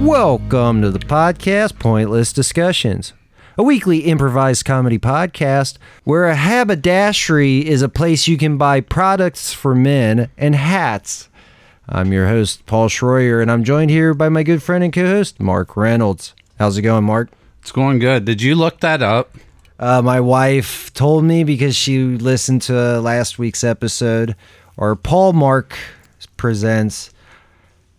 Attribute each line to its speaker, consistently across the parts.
Speaker 1: Welcome to the podcast Pointless Discussions, a weekly improvised comedy podcast where a haberdashery is a place you can buy products for men and hats. I'm your host, Paul Schroyer, and I'm joined here by my good friend and co host, Mark Reynolds. How's it going, Mark?
Speaker 2: It's going good. Did you look that up?
Speaker 1: Uh, my wife told me because she listened to last week's episode, or Paul Mark presents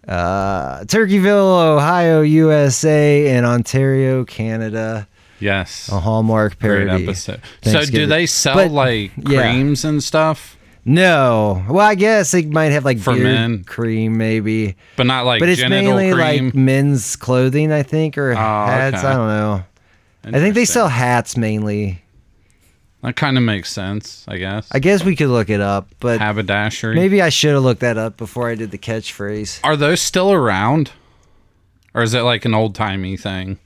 Speaker 1: uh, Turkeyville, Ohio, USA, and Ontario, Canada.
Speaker 2: Yes.
Speaker 1: A Hallmark
Speaker 2: Great
Speaker 1: parody.
Speaker 2: episode. So do
Speaker 1: Oh, Thanksgiving.
Speaker 2: they sell
Speaker 1: But-
Speaker 2: like
Speaker 1: yeah.
Speaker 2: creams and stuff,
Speaker 1: No. Well, I guess it might have like
Speaker 2: For
Speaker 1: beard
Speaker 2: men.
Speaker 1: cream, maybe.
Speaker 2: but not like
Speaker 1: but it's
Speaker 2: genital
Speaker 1: mainly
Speaker 2: cream? Oh,
Speaker 1: like men's clothing, I think, or hats.
Speaker 2: okay.
Speaker 1: I don't know. I think they
Speaker 2: Interesting.
Speaker 1: sell hats mainly.
Speaker 2: That kind of makes sense, I guess.
Speaker 1: I guess we could look it up, but
Speaker 2: Haberdashery.
Speaker 1: maybe I should have looked that up before I did the catchphrase.
Speaker 2: Are those still around, or is it like an old timey thing?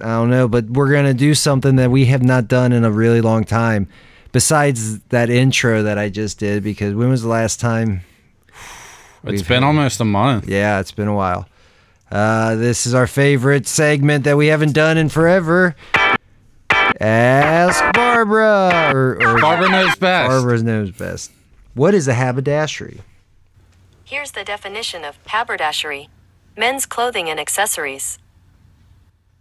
Speaker 1: I don't know, but we're gonna do something that we have not done in a really long time. Besides that intro that I just did, because when was the last time?
Speaker 2: It's
Speaker 1: We've
Speaker 2: been
Speaker 1: had-
Speaker 2: almost a month.
Speaker 1: Yeah, it's been a while. Uh, this is our favorite segment that we haven't done in forever. Ask Barbara. Or, or
Speaker 2: Barbara knows best.
Speaker 1: Barbara knows best. What is a haberdashery?
Speaker 3: Here's the definition of haberdashery men's clothing and accessories.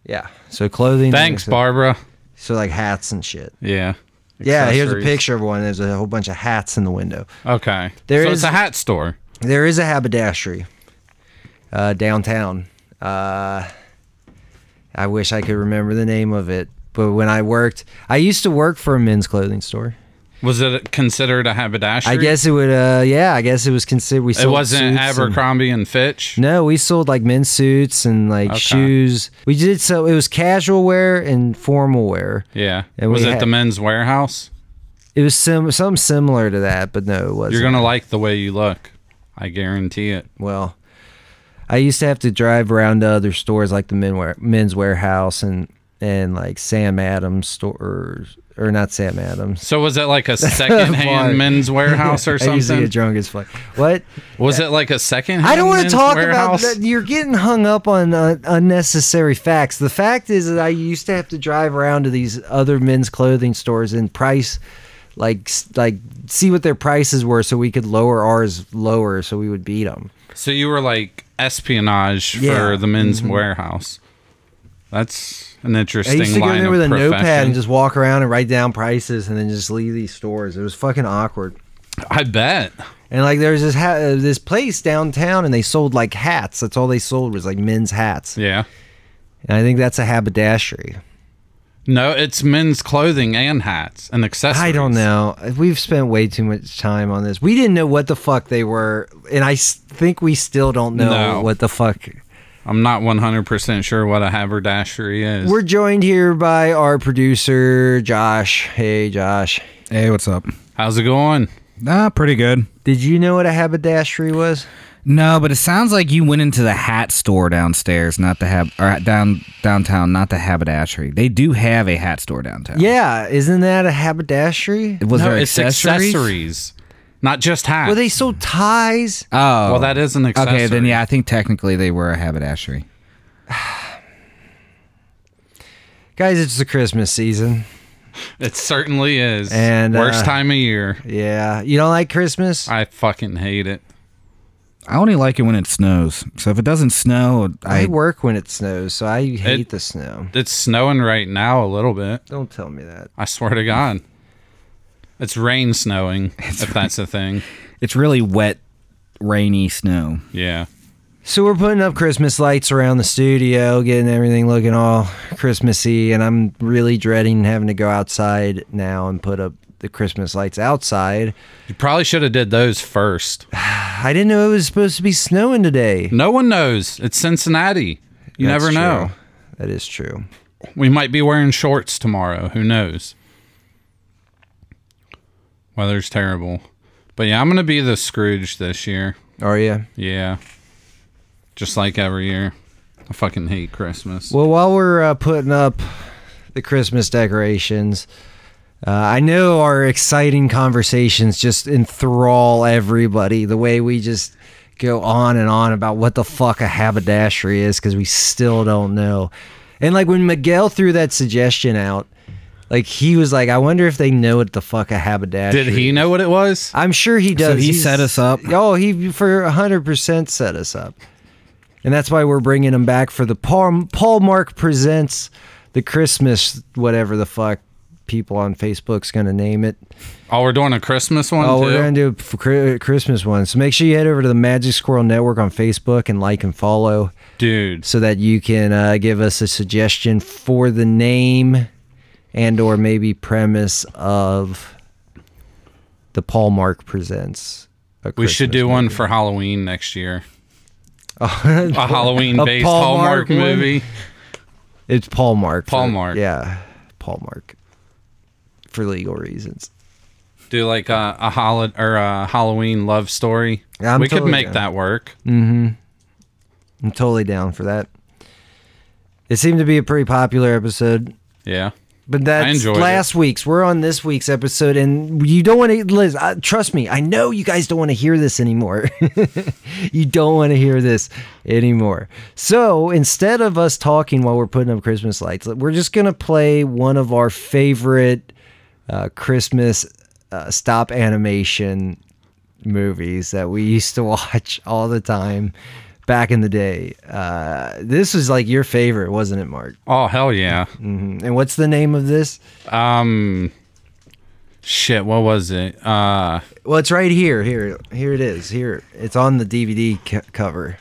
Speaker 1: Yeah. So clothing.
Speaker 2: Thanks,
Speaker 1: so,
Speaker 2: Barbara.
Speaker 1: So like hats and shit.
Speaker 2: Yeah.
Speaker 1: Yeah. Here's a
Speaker 2: Accessories.
Speaker 1: picture of one. There's a whole bunch of hats in the window.
Speaker 2: Okay.
Speaker 1: There
Speaker 2: so
Speaker 1: is-
Speaker 2: it's a hat store.
Speaker 1: There is a haberdashery uh, downtown. Uh, I wish I could remember the name of it, but when I worked, I used to work for a men's clothing store.
Speaker 2: Was it considered a haberdashery?
Speaker 1: I guess it would. Uh, yeah, I guess it was considered. We
Speaker 2: it
Speaker 1: sold
Speaker 2: wasn't
Speaker 1: suits and- Mm.
Speaker 2: Abercrombie and Fitch.
Speaker 1: no, we sold like men's suits and like
Speaker 2: Okay.
Speaker 1: shoes. We did so. It was casual wear and formal wear.
Speaker 2: Yeah.
Speaker 1: And
Speaker 2: was
Speaker 1: we
Speaker 2: it
Speaker 1: had-
Speaker 2: the men's warehouse?
Speaker 1: It was sim- something similar to that, but no, it wasn't.
Speaker 2: You're gonna like the way you look. I guarantee it.
Speaker 1: well i used to have to drive around to other stores like the men wear, men's warehouse and and like sam adams store or, or not sam adams
Speaker 2: So was it like a
Speaker 1: Why?
Speaker 2: secondhand men's warehouse or
Speaker 1: i used to get
Speaker 2: something?
Speaker 1: drunk as fuck what
Speaker 2: Was it like a secondhand?
Speaker 1: i don't want to
Speaker 2: men's
Speaker 1: talk
Speaker 2: warehouse?
Speaker 1: about that you're getting hung up on uh, unnecessary facts the fact is that i used to have to drive around to these other men's clothing stores and price like s- like see what their prices were so we could lower ours lower so we would beat them
Speaker 2: So you were like espionage
Speaker 1: Yeah. Mm-hmm.
Speaker 2: for the men's warehouse. That's an
Speaker 1: I
Speaker 2: interesting
Speaker 1: used to go
Speaker 2: line
Speaker 1: in there
Speaker 2: of
Speaker 1: with a notepad
Speaker 2: profession.
Speaker 1: and just walk around and write down prices and then just leave these stores. It was fucking awkward.
Speaker 2: I bet.
Speaker 1: And like there was this ha- uh, this place downtown and they sold like hats. That's all they sold was like men's hats.
Speaker 2: Yeah.
Speaker 1: And I think that's a haberdashery.
Speaker 2: No, it's men's clothing and hats and accessories.
Speaker 1: I don't know. We've spent way too much time on this. We didn't know what the fuck they were, and I s- think we still don't know
Speaker 2: No.
Speaker 1: what the fuck.
Speaker 2: I'm not 100% sure what a haberdashery is.
Speaker 1: We're joined here by our producer Josh. Hey Josh.
Speaker 4: Hey, what's up?
Speaker 2: How's it going?
Speaker 4: Ah, pretty good.
Speaker 1: Did you know what a haberdashery was?
Speaker 4: No, but it sounds like you went into the hat store downstairs, not the hab or down downtown, not the haberdashery. They do have a hat store downtown.
Speaker 1: Yeah, isn't that a haberdashery?
Speaker 4: Was
Speaker 2: no,
Speaker 4: there
Speaker 2: it's
Speaker 4: accessories?
Speaker 2: accessories, not just hats.
Speaker 1: Well, they sold ties.
Speaker 4: Oh,
Speaker 2: Well, that is an accessory.
Speaker 4: okay. Then yeah, I think technically they were a haberdashery.
Speaker 1: Guys, it's the Christmas season.
Speaker 2: It certainly is.
Speaker 1: And,
Speaker 2: worst
Speaker 1: uh,
Speaker 2: time of year.
Speaker 1: Yeah. You don't like Christmas?
Speaker 2: I fucking hate it.
Speaker 4: I only like it when it snows. So if it doesn't snow,
Speaker 1: I,
Speaker 4: I
Speaker 1: work when it snows, so I hate
Speaker 2: It-
Speaker 1: the snow.
Speaker 2: It's snowing right now a little bit.
Speaker 1: Don't tell me that.
Speaker 2: I swear to God. It's rain snowing, if that's a thing.
Speaker 4: it's really wet, rainy snow.
Speaker 2: Yeah.
Speaker 1: So we're putting up Christmas lights around the studio, getting everything looking all Christmassy, and I'm really dreading having to go outside now and put up the Christmas lights outside.
Speaker 2: You probably should have did those first.
Speaker 1: I didn't know it was supposed to be snowing today.
Speaker 2: No one knows. It's Cincinnati. You
Speaker 1: That's
Speaker 2: never
Speaker 1: true.
Speaker 2: know.
Speaker 1: That is true.
Speaker 2: We might be wearing shorts tomorrow. Who knows? Weather's terrible. But yeah, I'm going to be the Scrooge this year.
Speaker 1: Are you?
Speaker 2: Yeah. Just like every year. I fucking hate Christmas.
Speaker 1: Well, while we're uh, putting up the Christmas decorations, uh, I know our exciting conversations just enthrall everybody. The way we just go on and on about what the fuck a haberdashery is because we still don't know. And like when Miguel threw that suggestion out, like he was like, I wonder if they know what the fuck a haberdashery.
Speaker 2: Did he know what it was?
Speaker 1: I'm sure he does.
Speaker 4: he
Speaker 1: He's-
Speaker 4: set us up?
Speaker 1: Oh, he for hundred percent set us up, and that's why we're bringing him back for the Paul Paul Mark presents the Christmas whatever the fuck people on Facebook's gonna name it.
Speaker 2: Oh, we're doing a Christmas one
Speaker 1: Oh,
Speaker 2: too.
Speaker 1: we're gonna do a f- Chri- Christmas one. So make sure you head over to the Magic Squirrel Network on Facebook and like and follow
Speaker 2: Dude,
Speaker 1: so that you can uh, give us a suggestion for the name and or maybe premise of the Paul Mark presents. a
Speaker 2: we should
Speaker 1: Christmas
Speaker 2: do one
Speaker 1: movie.
Speaker 2: for Halloween next year. a Halloween-based
Speaker 1: A Paul Mark
Speaker 2: Hallmark
Speaker 1: one?
Speaker 2: movie.
Speaker 1: It's Paul Mark.
Speaker 2: Paul
Speaker 1: for-
Speaker 2: Mark.
Speaker 1: Yeah, Paul Mark for legal reasons.
Speaker 2: Do like a, a hol- or a Halloween love story.
Speaker 1: Yeah, I'm
Speaker 2: we
Speaker 1: totally
Speaker 2: could make
Speaker 1: down.
Speaker 2: that work.
Speaker 1: I'm totally down for that. It seemed to be a pretty popular episode.
Speaker 2: Yeah.
Speaker 1: But that's
Speaker 2: enjoyed
Speaker 1: last week's. We're on this week's episode, and you don't want to. Liz, I, trust me, I know you guys don't want to hear this anymore. you don't want to hear this anymore. So instead of us talking while we're putting up Christmas lights, we're just gonna play one of our favorite uh, Christmas uh, stop animation movies that we used to watch all the time back in the day. Uh, this was like your favorite, wasn't it, Mark?
Speaker 2: Oh hell yeah.
Speaker 1: And what's the name of this?
Speaker 2: Shit, what was it? Uh
Speaker 1: Well, it's right here. Here, here it is. Here, it's on the DVD c- cover.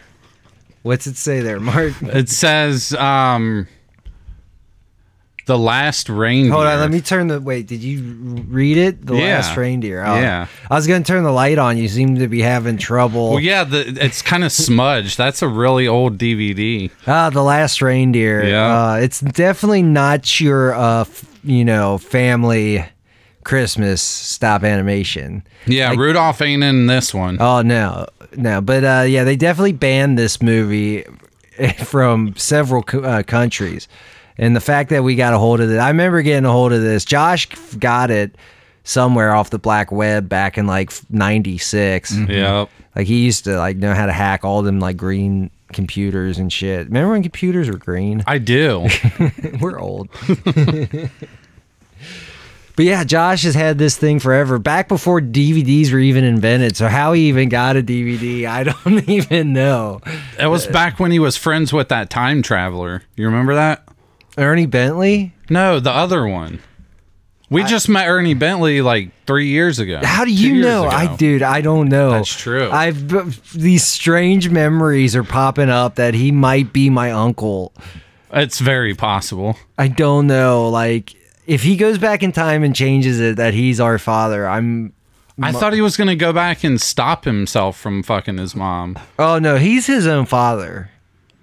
Speaker 1: What's it say there, Mark?
Speaker 2: it says um The Last Reindeer.
Speaker 1: Hold on, let me turn the. Wait, did you read it? The
Speaker 2: Yeah.
Speaker 1: last reindeer. Oh.
Speaker 2: Yeah.
Speaker 1: I was gonna turn the light on. You seem to be having trouble.
Speaker 2: Well, yeah, the, it's kind of smudged. That's a really old DVD.
Speaker 1: Ah, the last reindeer.
Speaker 2: Yeah.
Speaker 1: Uh, it's definitely not your, uh, f- you know, family Christmas stop animation.
Speaker 2: Yeah, Rudolph ain't in this one.
Speaker 1: Oh no, no, but uh, yeah, they definitely banned this movie from several co- uh, countries, and the fact that we got a hold of it, I remember getting a hold of this. Josh got it somewhere off the black web back in like '96.
Speaker 2: Yep.
Speaker 1: Like he used to like know how to hack all them like green computers and shit. Remember when computers were green?
Speaker 2: I do.
Speaker 1: We're old. But yeah, Josh has had this thing forever, back before DVDs were even invented. So how he even got a DVD, I don't even know.
Speaker 2: It was back when he was friends with that time traveler. You remember that?
Speaker 1: Ernie Bentley?
Speaker 2: No, the other one. We just met Ernie Bentley like three years ago.
Speaker 1: How do
Speaker 2: two
Speaker 1: you
Speaker 2: years
Speaker 1: know? I
Speaker 2: ago.
Speaker 1: dude, I don't know.
Speaker 2: That's true.
Speaker 1: I've b- these strange memories are popping up that he might be my uncle.
Speaker 2: It's very possible.
Speaker 1: I don't know. Like if he goes back in time and changes it that he's our father, I'm
Speaker 2: I thought he was gonna go back and stop himself from fucking his mom.
Speaker 1: Oh no, he's his own father.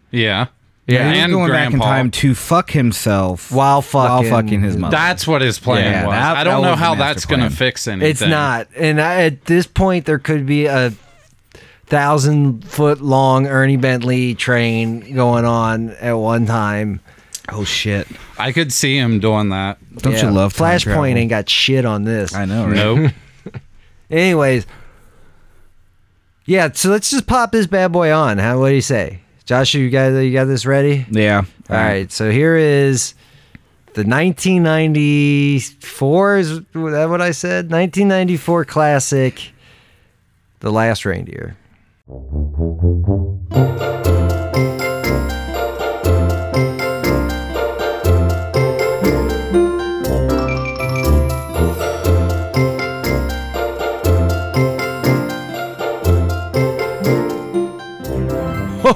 Speaker 2: Yeah.
Speaker 4: Yeah, he was
Speaker 2: and
Speaker 4: going back in
Speaker 2: grandpa.
Speaker 4: time to fuck himself
Speaker 1: While
Speaker 4: while
Speaker 1: fucking-
Speaker 4: fucking his mother.
Speaker 2: That's what his plan
Speaker 4: Yeah,
Speaker 2: was.
Speaker 4: that-
Speaker 2: I
Speaker 4: that
Speaker 2: don't know
Speaker 4: was the
Speaker 2: how
Speaker 4: master
Speaker 2: that's
Speaker 4: plan.
Speaker 2: gonna fix anything.
Speaker 1: It's not. And I, at this point, there could be a thousand foot long Ernie Bentley train going on at one time.
Speaker 4: oh shit!
Speaker 2: I could see him doing that.
Speaker 4: Don't
Speaker 1: Yeah.
Speaker 4: you love time travel?
Speaker 1: Flashpoint? Ain't got shit on this.
Speaker 4: I know, right?
Speaker 2: Nope.
Speaker 1: Anyways, yeah. So let's just pop this bad boy on. How? What do you say, Joshua? You got you got this ready?
Speaker 4: Yeah.
Speaker 1: All right. So here is. The 1994 is that what I said? 1994 classic, The Last Reindeer.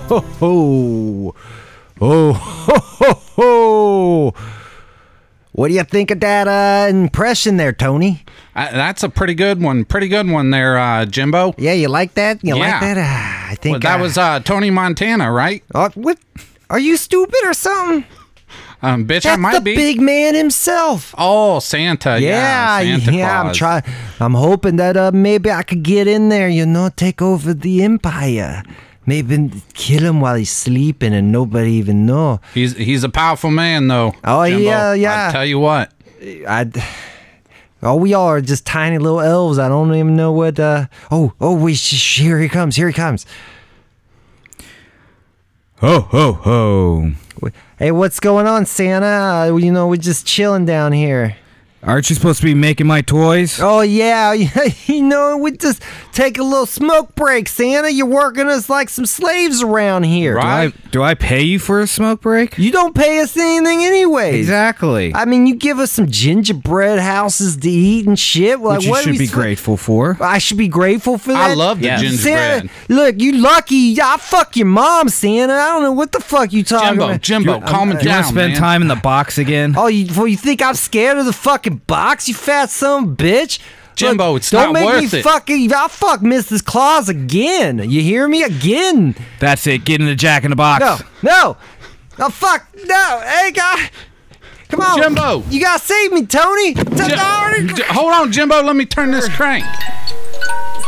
Speaker 1: ho, ho, ho, ho, ho. What do you think of that uh, impression there, Tony?
Speaker 2: I, that's a pretty good one. Pretty good one there, uh, Jimbo.
Speaker 1: Yeah, you like that? You like
Speaker 2: Yeah.
Speaker 1: that? Ah, I think
Speaker 2: Well, that
Speaker 1: I-
Speaker 2: was uh, Tony Montana, right?
Speaker 1: Uh, what? Are you stupid or something?
Speaker 2: Um, bitch, I
Speaker 1: That's
Speaker 2: might
Speaker 1: the
Speaker 2: be.
Speaker 1: big man himself.
Speaker 2: oh, Santa.
Speaker 1: Yeah,
Speaker 2: Yeah, Santa
Speaker 1: yeah. I'm
Speaker 2: Claus.
Speaker 1: trying. I'm hoping that uh, maybe I could get in there. You know, take over the empire. Maybe kill him while he's sleeping and nobody even know.
Speaker 2: He's he's a powerful man, though.
Speaker 1: Oh, yeah, yeah.
Speaker 2: I tell you what,
Speaker 1: I. Oh, we all are just tiny little elves. I don't even know what. Uh, oh, oh, we sh- sh- here he comes. Here he comes.
Speaker 4: Ho ho ho!
Speaker 1: Hey, what's going on, Santa? Uh, you know, we're just chilling down here.
Speaker 4: Aren't you supposed to be making my toys?
Speaker 1: Oh yeah, you know, we just take a little smoke break, Santa. You're working us like some slaves around here.
Speaker 4: do I do I pay you for a smoke break?
Speaker 1: You don't pay us anything anyway.
Speaker 4: Exactly.
Speaker 1: I mean, you give us some gingerbread houses to eat and shit. Like,
Speaker 4: Which you
Speaker 1: what are
Speaker 4: should
Speaker 1: we
Speaker 4: be
Speaker 1: sw-
Speaker 4: grateful for.
Speaker 1: I should be grateful for that.
Speaker 2: I love the
Speaker 4: Yes.
Speaker 2: gingerbread.
Speaker 1: Santa, look, you lucky. I fuck your mom, Santa. I don't know what the fuck you talking
Speaker 2: Jimbo,
Speaker 1: about.
Speaker 2: Jimbo, calm it
Speaker 4: Do you
Speaker 2: down.
Speaker 4: want to spend
Speaker 2: man.
Speaker 4: time in the box again?
Speaker 1: Oh, you, well, you think I'm scared of the fucking box, you fat son of a bitch?
Speaker 2: Jimbo,
Speaker 1: Look,
Speaker 2: it's
Speaker 1: don't
Speaker 2: not
Speaker 1: make
Speaker 2: worth
Speaker 1: me
Speaker 2: it.
Speaker 1: fucking. I'll fuck Mrs. Claus again. You hear me? Again.
Speaker 4: That's it. Get in the Jack in the Box.
Speaker 1: No, no. Oh, fuck. No. Hey, guy. Come on.
Speaker 2: Jimbo.
Speaker 1: You gotta save me, Tony. T-
Speaker 2: Jim-
Speaker 1: no,
Speaker 2: J- hold on, Jimbo. Let me turn this crank.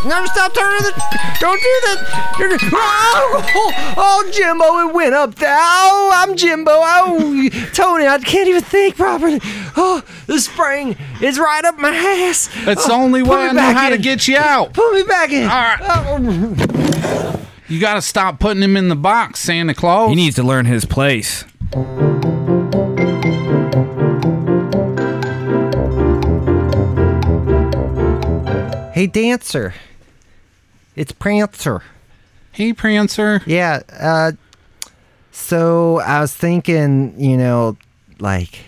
Speaker 1: no, stop turning the. Don't do that. You're- Oh, oh, Jimbo, it went up there. Oh, I'm Jimbo. Oh, Tony, I can't even think properly. Oh, the spring is right up my ass.
Speaker 2: That's
Speaker 1: Oh,
Speaker 2: the only
Speaker 1: put
Speaker 2: way
Speaker 1: me
Speaker 2: I know
Speaker 1: back
Speaker 2: how to
Speaker 1: in.
Speaker 2: get you out.
Speaker 1: Put me back in.
Speaker 2: All right.
Speaker 1: Oh,
Speaker 2: You got to stop putting him in the box, Santa Claus.
Speaker 4: He needs to learn his place.
Speaker 1: Oh. hey, dancer. It's Prancer.
Speaker 2: hey, Prancer.
Speaker 1: Yeah. Uh, so I was thinking, you know, like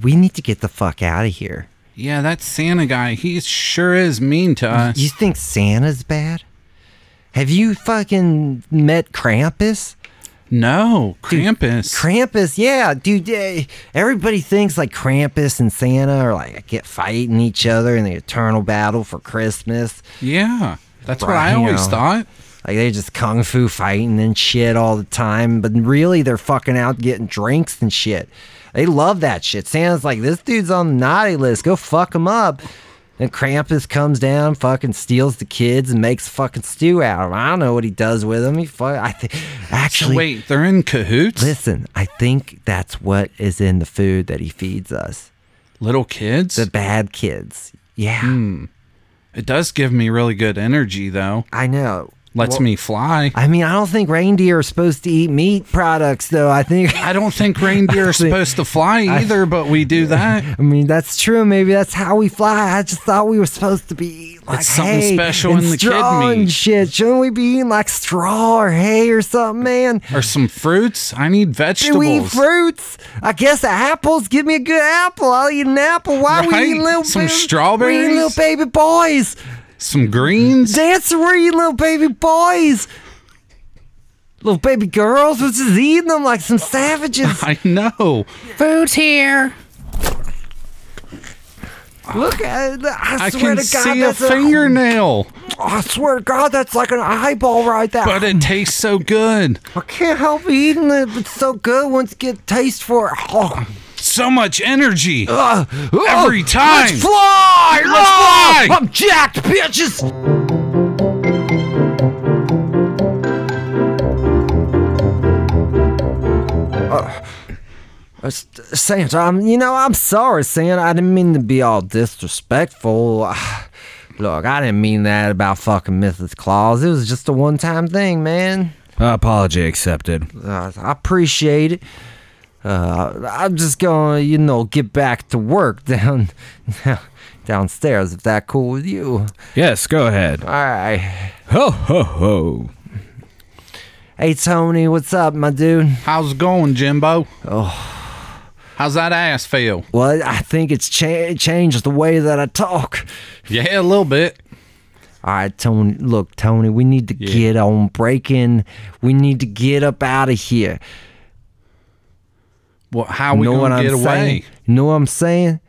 Speaker 1: we need to get the fuck out of here.
Speaker 2: Yeah, that Santa guy. He sure is mean to us.
Speaker 1: You think Santa's bad? Have you fucking met Krampus?
Speaker 2: No, Krampus.
Speaker 1: Krampus, yeah, dude. eh, Everybody thinks like Krampus and Santa are like get fighting each other in the eternal battle for Christmas.
Speaker 2: yeah, that's what I
Speaker 1: Rhino.
Speaker 2: always thought.
Speaker 1: Like they're just kung fu fighting and shit all the time, but really they're fucking out getting drinks and shit. They love that shit. Santa's like, this dude's on the naughty list. Go fuck him up. And Krampus comes down, fucking steals the kids and makes fucking stew out of them. I don't know what he does with them. He fuck. I think actually.
Speaker 2: Wait, they're in cahoots?
Speaker 1: Listen, I think that's what is in the food that he feeds us.
Speaker 2: Little kids?
Speaker 1: The bad kids. Yeah,
Speaker 2: It does give me really good energy, though.
Speaker 1: I know.
Speaker 2: Lets me fly.
Speaker 1: I mean, I don't think reindeer are supposed to eat meat products, though. I think
Speaker 2: I don't think reindeer are
Speaker 1: think-
Speaker 2: supposed to fly either, but we do that.
Speaker 1: I mean, that's true. Maybe that's how we fly. I just thought we were supposed to be like
Speaker 2: It's something
Speaker 1: hay
Speaker 2: special
Speaker 1: and
Speaker 2: in the kid
Speaker 1: straw and
Speaker 2: meat.
Speaker 1: shit. Shouldn't we be eating like straw or hay or something, man?
Speaker 2: Or some fruits. I need
Speaker 1: Do we eat
Speaker 2: vegetables.
Speaker 1: fruits? I guess apples. Give me a good apple. I'll eat an apple. Why we
Speaker 2: Right?
Speaker 1: eating little
Speaker 2: Some
Speaker 1: baby-
Speaker 2: strawberries?
Speaker 1: We eating little baby boys.
Speaker 2: some greens.
Speaker 1: Dancing. We're eating little baby boys. Little baby girls. We're just eating them like some savages.
Speaker 2: I know.
Speaker 4: Food's here.
Speaker 1: Look at. I
Speaker 2: I
Speaker 1: swear
Speaker 2: can
Speaker 1: to God,
Speaker 2: see a
Speaker 1: that's
Speaker 2: fingernail,
Speaker 1: I swear to God, that's like an eyeball right there.
Speaker 2: but it tastes so good.
Speaker 1: I can't help eating it. It's so good once you get a taste for it. Oh.
Speaker 2: So much energy.
Speaker 1: Uh, oh,
Speaker 2: Every time.
Speaker 1: Let's fly!
Speaker 2: Let's
Speaker 1: Oh,
Speaker 2: fly!
Speaker 1: I'm jacked, bitches! Uh, S- Santa, I'm, you know, I'm sorry, Santa. I didn't mean to be all disrespectful. Look, I didn't mean that about fucking Mrs. Claus. It was just a one time thing, man.
Speaker 4: apology accepted.
Speaker 1: Uh, I appreciate it. Uh, I'm just gonna, you know, get back to work down, downstairs. If that cool with you?
Speaker 4: Yes, go ahead.
Speaker 1: All right.
Speaker 4: Ho ho ho.
Speaker 1: Hey Tony, what's up, my dude?
Speaker 2: How's it going, Jimbo? Oh. How's that ass feel?
Speaker 1: Well, I think it's cha- changed the way that I talk.
Speaker 2: Yeah, a little bit.
Speaker 1: All right, Tony. Look, Tony, we need to get on breaking. We need to get up out of here.
Speaker 2: Well, how we
Speaker 1: know what
Speaker 2: gonna
Speaker 1: I'm
Speaker 2: get away?
Speaker 1: saying? You know what I'm saying?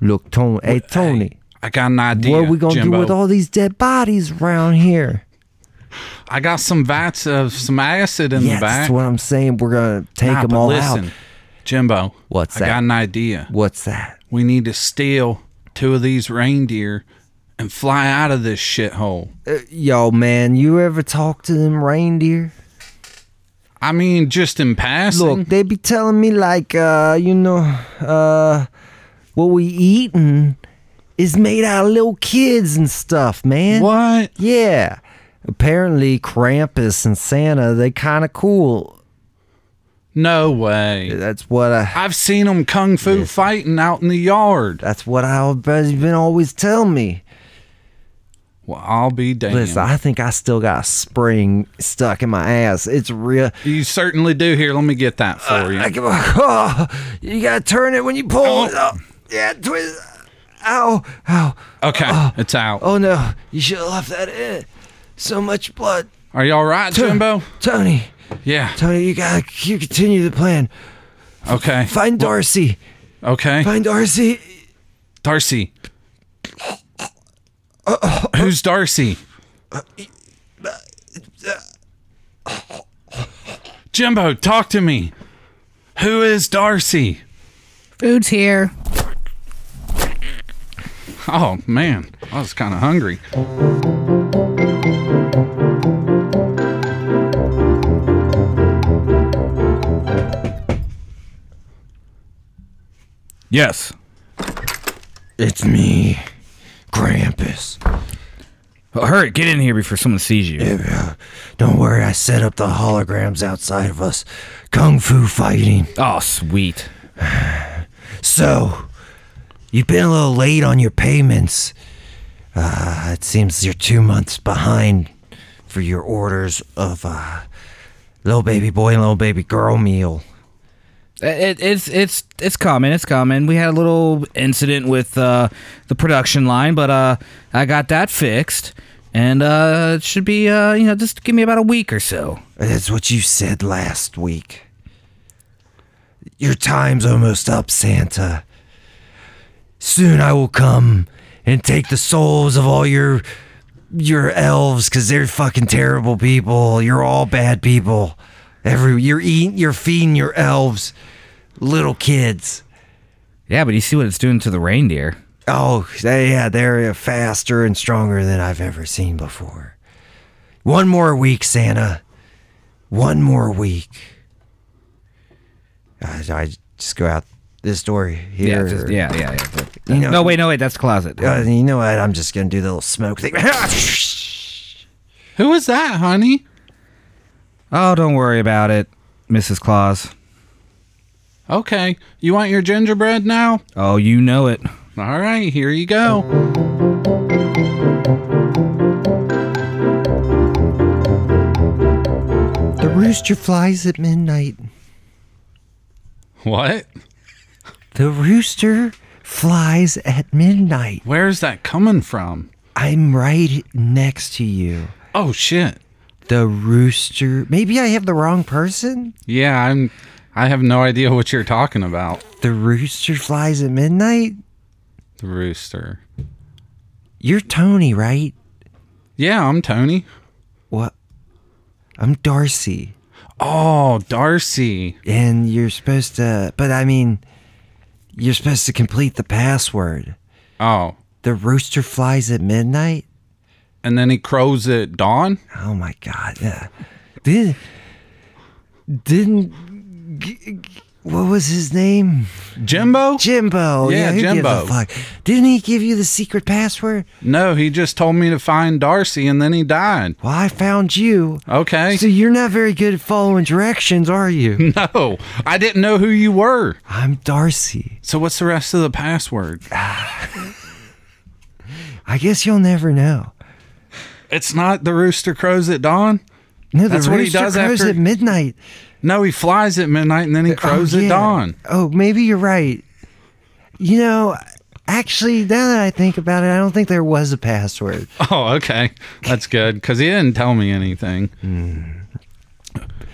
Speaker 1: Look, Tony. Hey, Tony.
Speaker 2: I got an idea.
Speaker 1: what are we gonna
Speaker 2: Jimbo.
Speaker 1: do with all these dead bodies around here?
Speaker 2: I got some vats of some acid in
Speaker 1: Yeah,
Speaker 2: the back.
Speaker 1: that's what I'm saying. We're gonna take
Speaker 2: Nah,
Speaker 1: them
Speaker 2: but
Speaker 1: all
Speaker 2: listen,
Speaker 1: out.
Speaker 2: Jimbo.
Speaker 1: What's
Speaker 2: I
Speaker 1: that?
Speaker 2: got an idea.
Speaker 1: What's that?
Speaker 2: We need to steal two of these reindeer and fly out of this shithole.
Speaker 1: Uh, yo, man, you ever talk to them reindeer?
Speaker 2: I mean, just in passing.
Speaker 1: Look, they be telling me like, uh, you know, uh, what we eating is made out of little kids and stuff, man.
Speaker 2: what?
Speaker 1: Yeah. Apparently, Krampus and Santa, they kind of cool.
Speaker 2: No way.
Speaker 1: That's what I.
Speaker 2: I've seen them kung fu fighting out in the yard.
Speaker 1: That's what I've been always telling me.
Speaker 2: Well, I'll be damned.
Speaker 1: Listen, I think I still got a spring stuck in my ass. It's real.
Speaker 2: you certainly do. Here, let me get that for you.
Speaker 1: Like, oh, you gotta turn it when you pull it up. Yeah, twist. Ow, ow.
Speaker 2: okay, it's out.
Speaker 1: Oh no, you should have left that in. So much blood.
Speaker 2: Are you all right, Jimbo?
Speaker 1: Tony,
Speaker 2: Yeah.
Speaker 1: Tony, you gotta you continue the plan.
Speaker 2: Okay.
Speaker 1: Find Darcy.
Speaker 2: Okay.
Speaker 1: Find Darcy.
Speaker 2: Darcy. Who's Darcy? Jimbo, talk to me. Who is Darcy?
Speaker 4: Food's here.
Speaker 2: Oh, man. I was kind of hungry.
Speaker 4: Yes.
Speaker 1: It's me, Krampus.
Speaker 4: Oh, hurry, get in here before someone sees you.
Speaker 1: Don't worry, I set up the holograms outside of us. Kung Fu fighting.
Speaker 4: Oh, sweet.
Speaker 1: So, you've been a little late on your payments. Uh, it seems you're two months behind for your orders of uh, little baby boy and little baby girl meal.
Speaker 4: It, it's it's it's common. It's common. We had a little incident with uh, the production line, but uh, I got that fixed, and uh, it should be uh, you know just give me about a week or so.
Speaker 1: That's what you said last week. Your time's almost up, Santa. Soon I will come and take the souls of all your your elves cuz they're fucking terrible people. You're all bad people. Every you're eating you're feeding your elves little kids.
Speaker 4: Yeah, but you see what it's doing to the reindeer.
Speaker 1: Oh, they, yeah, they're uh, faster and stronger than I've ever seen before. One more week, Santa. One more week. I, I just go out this door here.
Speaker 4: Yeah, just, yeah, yeah. yeah.
Speaker 1: You know,
Speaker 4: No, wait, no, wait. That's closet.
Speaker 1: uh, you know what? I'm just gonna do the little smoke thing.
Speaker 2: Who is that, honey?
Speaker 4: Oh, don't worry about it, Mrs. Claus.
Speaker 2: Okay. You want your gingerbread now?
Speaker 4: Oh, you know it.
Speaker 2: All right, here you go.
Speaker 1: the rooster flies at midnight.
Speaker 2: What?
Speaker 1: The rooster flies at midnight.
Speaker 2: Where's that coming from?
Speaker 1: I'm right next to you.
Speaker 2: Oh, shit.
Speaker 1: The rooster. Maybe I have the wrong person.
Speaker 2: Yeah, I'm. I have no idea what you're talking about.
Speaker 1: The rooster flies at midnight.
Speaker 2: The rooster.
Speaker 1: You're Tony, right?
Speaker 2: Yeah, I'm Tony.
Speaker 1: What? I'm Darcy.
Speaker 2: Oh, Darcy.
Speaker 1: And you're supposed to, but I mean, you're supposed to complete the password.
Speaker 2: Oh,
Speaker 1: The rooster flies at midnight?
Speaker 2: and then he crows at dawn.
Speaker 1: Oh my God. Yeah. Did, didn't, g- g- what was his name?
Speaker 2: Jimbo?
Speaker 1: Jimbo.
Speaker 2: Yeah,
Speaker 1: who gives a
Speaker 2: Jimbo.
Speaker 1: fuck? Didn't he give you the secret password?
Speaker 2: No, he just told me to find Darcy, and then he died.
Speaker 1: Well, I found you.
Speaker 2: Okay.
Speaker 1: So you're not very good at following directions, are you?
Speaker 2: No, I didn't know who you were.
Speaker 1: I'm Darcy.
Speaker 2: So what's the rest of the password?
Speaker 1: I guess you'll never know.
Speaker 2: It's not the rooster crows at dawn.
Speaker 1: No, the
Speaker 2: That's what he
Speaker 1: rooster
Speaker 2: does
Speaker 1: crows
Speaker 2: after-
Speaker 1: at midnight.
Speaker 2: No, he flies at midnight and then he crows
Speaker 1: oh,
Speaker 2: at
Speaker 1: yeah.
Speaker 2: dawn.
Speaker 1: Oh, maybe you're right. You know, actually, now that I think about it, I don't think there was a password.
Speaker 2: Oh, okay. That's good because he didn't tell me anything.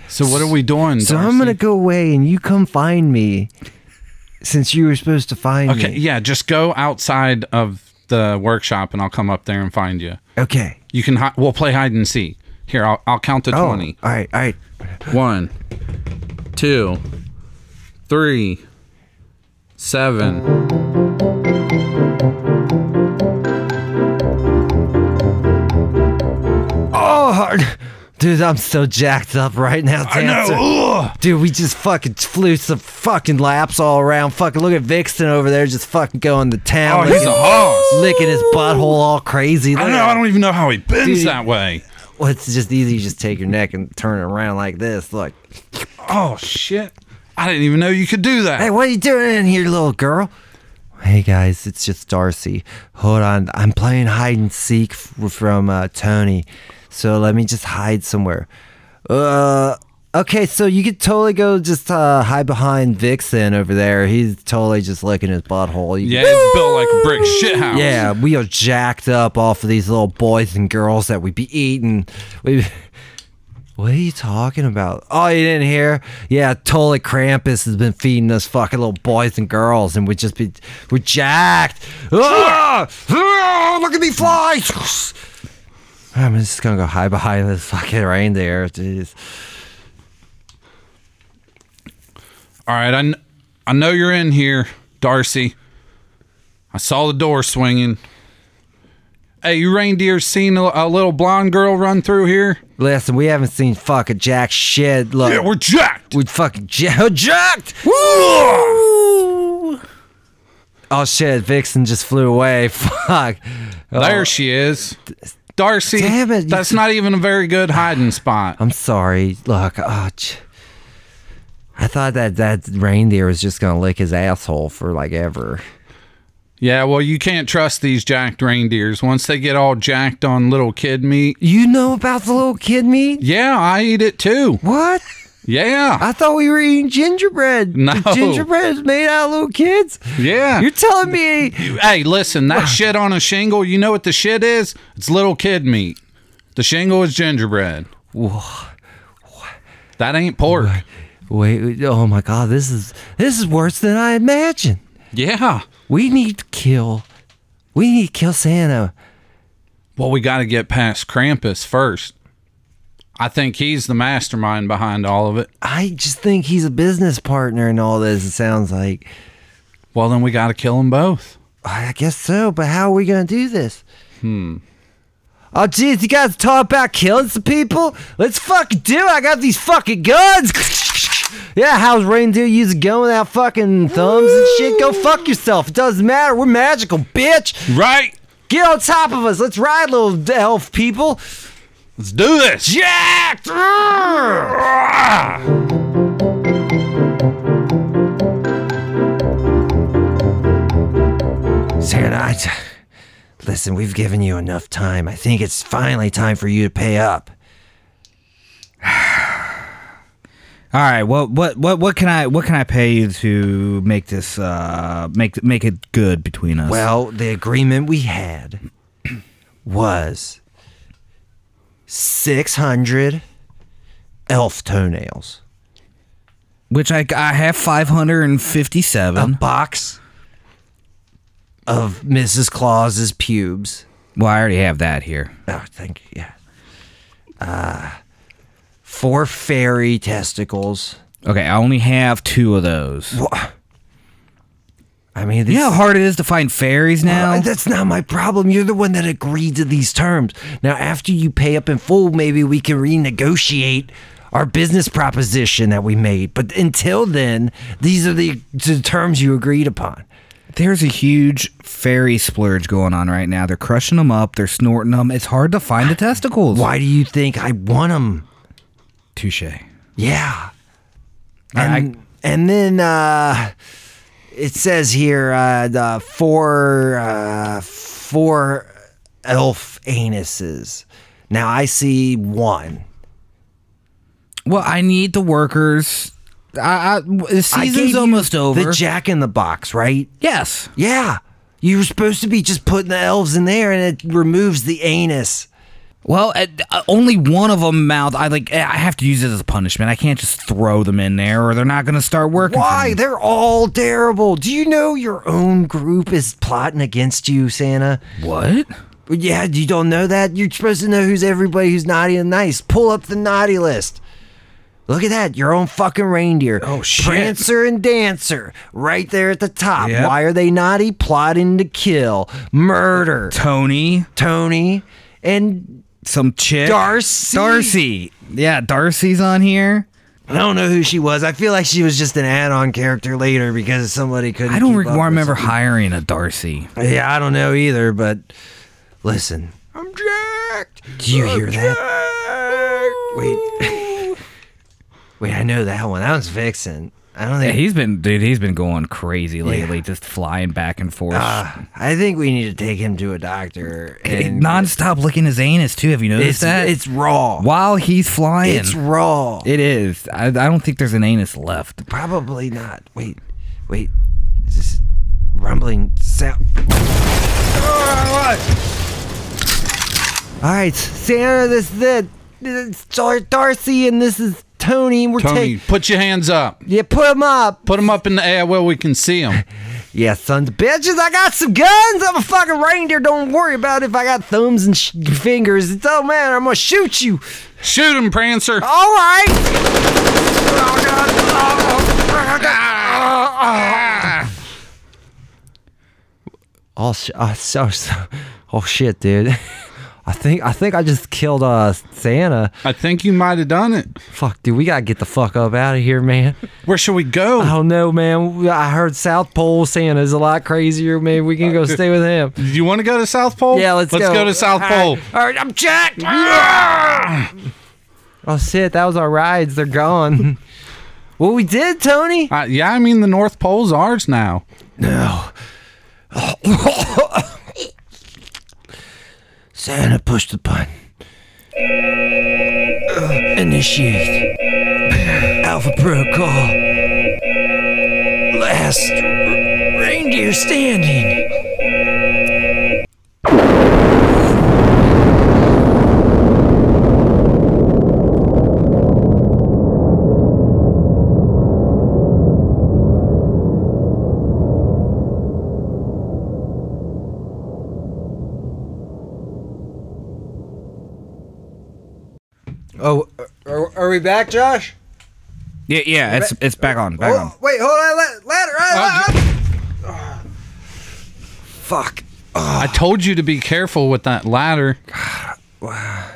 Speaker 2: So what are we doing?
Speaker 1: Hmm. So I'm gonna
Speaker 2: Darcy?
Speaker 1: go away, and you come find me, since you were supposed to find
Speaker 2: Okay,
Speaker 1: me.
Speaker 2: yeah, just go outside of the workshop and I'll come up there and find you.
Speaker 1: Okay.
Speaker 2: You can hi- we'll play hide and seek. Here, I'll, I'll count to
Speaker 1: Oh,
Speaker 2: 20.
Speaker 1: all right, all right.
Speaker 2: One, two, three, seven.
Speaker 1: Oh, hard. dude, I'm so jacked up right now. Dancer.
Speaker 2: Ugh.
Speaker 1: Dude, we just fucking flew some fucking laps all around. Fucking look at Vixen over there, just fucking going to
Speaker 2: Oh,
Speaker 1: town.
Speaker 2: he's a
Speaker 1: licking-
Speaker 2: hoss.
Speaker 1: licking his butthole all crazy.
Speaker 2: I
Speaker 1: Look
Speaker 2: don't know.
Speaker 1: at-
Speaker 2: I don't even know how he bends
Speaker 1: Dude.
Speaker 2: that way.
Speaker 1: Well, it's just easy. You just take your neck and turn it around like this. Look.
Speaker 2: Oh shit! I didn't even know you could do that.
Speaker 1: Hey, what are you doing in here, little girl? Hey guys, it's just Darcy. Hold on, I'm playing hide and seek f- from uh, Tony, so let me just hide somewhere. Uh, okay, so you could totally go just uh, hide behind Vixen over there. He's totally just licking his butthole. You
Speaker 2: yeah, it's built like a brick shit house.
Speaker 1: yeah, we are jacked up off of these little boys and girls that we be eating. We, what are you talking about? Oh, you didn't hear? Yeah, totally Krampus has been feeding us fucking little boys and girls, and we just be we're jacked. Ah! Ah! Look at me fly! I'm just gonna go hide behind this fucking reindeer. Jeez.
Speaker 2: All right, I, kn- I know you're in here, Darcy. I saw the door swinging. Hey, you reindeer seen a, a little blonde girl run through here?
Speaker 1: Listen, we haven't seen fucking jack shit. Look,
Speaker 2: Yeah, we're jacked.
Speaker 1: we fucking ja- jacked. Oh shit, Vixen just flew away. Fuck. Oh,
Speaker 2: There she is. Darcy,
Speaker 1: Damn it, you-
Speaker 2: that's not even a very good hiding spot.
Speaker 1: I'm sorry. Look, oh, ch- I thought that that reindeer was just gonna lick his asshole for like ever.
Speaker 2: Yeah, well, you can't trust these jacked reindeers. Once they get all jacked on little kid meat,
Speaker 1: You know about the little kid meat?
Speaker 2: yeah, I eat it too.
Speaker 1: What?
Speaker 2: Yeah,
Speaker 1: I thought we were eating gingerbread.
Speaker 2: No.
Speaker 1: The gingerbread is made out of little kids.
Speaker 2: yeah.
Speaker 1: You're telling me?
Speaker 2: Hey, listen, that shit on a shingle, you know what the shit is? It's little kid meat. The shingle is gingerbread. That ain't pork.
Speaker 1: Wait. Oh my God. This is this is worse than I imagined.
Speaker 2: Yeah.
Speaker 1: We need to kill. We need to kill Santa.
Speaker 2: Well, we got to get past Krampus first. I think he's the mastermind behind all of it.
Speaker 1: I just think he's a business partner in all this. It sounds like.
Speaker 2: Well, then we got to kill them both.
Speaker 1: I guess so, but how are we gonna do this? Hmm. Oh, jeez, you guys talk about killing some people? Let's fucking do it. I got these fucking guns. yeah, how's reindeer use a gun without fucking thumbs and shit? Go fuck yourself. It doesn't matter. We're magical, bitch.
Speaker 2: Right.
Speaker 1: Get on top of us. Let's ride, little elf people.
Speaker 2: Let's do this.
Speaker 1: Jack! Santa, I t- listen, we've given you enough time. I think it's finally time for you to pay up.
Speaker 4: All right. What what what what can I what can I pay you to make this uh make make it good between us?
Speaker 1: Well, the agreement we had was 600 elf toenails,
Speaker 4: which I I have five hundred and fifty
Speaker 1: a
Speaker 4: seven.
Speaker 1: box of Mrs. Claus's pubes.
Speaker 4: well, I already have that here.
Speaker 1: Oh, thank you. Yeah. Uh, four fairy testicles.
Speaker 4: Okay, I only have two of those.
Speaker 1: I mean, these,
Speaker 4: you know how hard it is to find fairies now.
Speaker 1: Uh, that's not my problem. You're the one that agreed to these terms. Now, after you pay up in full, maybe we can renegotiate our business proposition that we made. But until then, these are the, the terms you agreed upon.
Speaker 4: There's a huge fairy splurge going on right now. They're crushing them up. They're snorting them. It's hard to find the testicles.
Speaker 1: Why do you think I want them?
Speaker 4: Touche.
Speaker 1: Yeah.
Speaker 4: I-
Speaker 1: And, and then uh, it says here uh, the four uh, four elf anuses. Now I see one.
Speaker 4: Well, I need the workers. I, I the
Speaker 1: I gave
Speaker 4: season's
Speaker 1: you
Speaker 4: almost over.
Speaker 1: The Jack in the Box, right?
Speaker 4: yes.
Speaker 1: Yeah. You were supposed to be just putting the elves in there, and it removes the anus.
Speaker 4: Well, uh, uh, only one of them mouth. I like. I have to use it as a punishment. I can't just throw them in there, or they're not going to start working. for
Speaker 1: Why?
Speaker 4: me.
Speaker 1: They're all terrible. Do you know your own group is plotting against you, Santa?
Speaker 4: What?
Speaker 1: Yeah, you don't know that? You're supposed to know who's everybody who's naughty and nice. Pull up the naughty list. Look at that, your own fucking reindeer.
Speaker 2: Oh, shit.
Speaker 1: Prancer and Dancer, right there at the top.
Speaker 4: Yep.
Speaker 1: Why are they naughty? Plotting to kill, murder.
Speaker 4: Tony?
Speaker 1: Tony and
Speaker 4: Some chick?
Speaker 1: Darcy.
Speaker 4: Darcy. Yeah, Darcy's on here.
Speaker 1: I don't know who she was. I feel like she was just an add-on character later because somebody couldn't.
Speaker 4: I don't
Speaker 1: keep up
Speaker 4: re-
Speaker 1: with
Speaker 4: remember hiring a Darcy.
Speaker 1: Yeah, I don't know either, but listen. I'm Object! Do you hear that? Wait. Wait, I know that one. That one's Vixen. I don't
Speaker 4: Yeah,
Speaker 1: think
Speaker 4: he's been dude. He's been going crazy lately, just flying back and forth,
Speaker 1: Ah, I think we need to take him to a doctor.
Speaker 4: He-
Speaker 1: And
Speaker 4: nonstop licking his anus too. Have you noticed
Speaker 1: it's,
Speaker 4: that?
Speaker 1: it's raw.
Speaker 4: while he's flying.
Speaker 1: It's raw.
Speaker 4: It is. I, I don't think there's an anus left.
Speaker 1: Probably not. Wait, wait. Is this rumbling sound? All right, Santa. This is it. This is Dar- Darcy, and this is Tony. We're
Speaker 2: Tony,
Speaker 1: taking.
Speaker 2: put your hands up.
Speaker 1: Yeah, put him up.
Speaker 2: Put them up in the air where we can see them.
Speaker 1: Yeah, sons of bitches, I got some guns. I'm a fucking reindeer. Don't worry about it if I got thumbs and sh- fingers. It don't matter. I'm gonna shoot you.
Speaker 2: Shoot them, Prancer.
Speaker 1: All right. Oh, God. Oh, oh, God. Oh, oh. Oh, sh- oh, so, so, oh shit, dude. I think I think I just killed uh Santa.
Speaker 2: I think you might have done it.
Speaker 1: Fuck, dude, we gotta get the fuck up out of here, man.
Speaker 2: Where should we go?
Speaker 1: I don't know, man. I heard South Pole Santa's a lot crazier. Maybe we can go stay with him.
Speaker 2: Do you want to go to South Pole?
Speaker 1: Yeah, let's,
Speaker 2: Let's go to South
Speaker 1: All right.
Speaker 2: Pole.
Speaker 1: All right, I'm jacked. Oh shit, that was our rides. They're gone. well, we did, Tony.
Speaker 2: Uh, yeah, I mean the North Pole's ours now.
Speaker 1: Santa pushed the button. Uh, initiate. Alpha protocol. Last reindeer standing. Oh, are, are we back, Josh?
Speaker 4: Yeah, yeah. It's it's back on. Back on.
Speaker 1: Oh, wait, hold on. la- Ladder. ah,
Speaker 2: Oh,
Speaker 1: ah. Fuck. Ah.
Speaker 2: I told you to be careful with that ladder.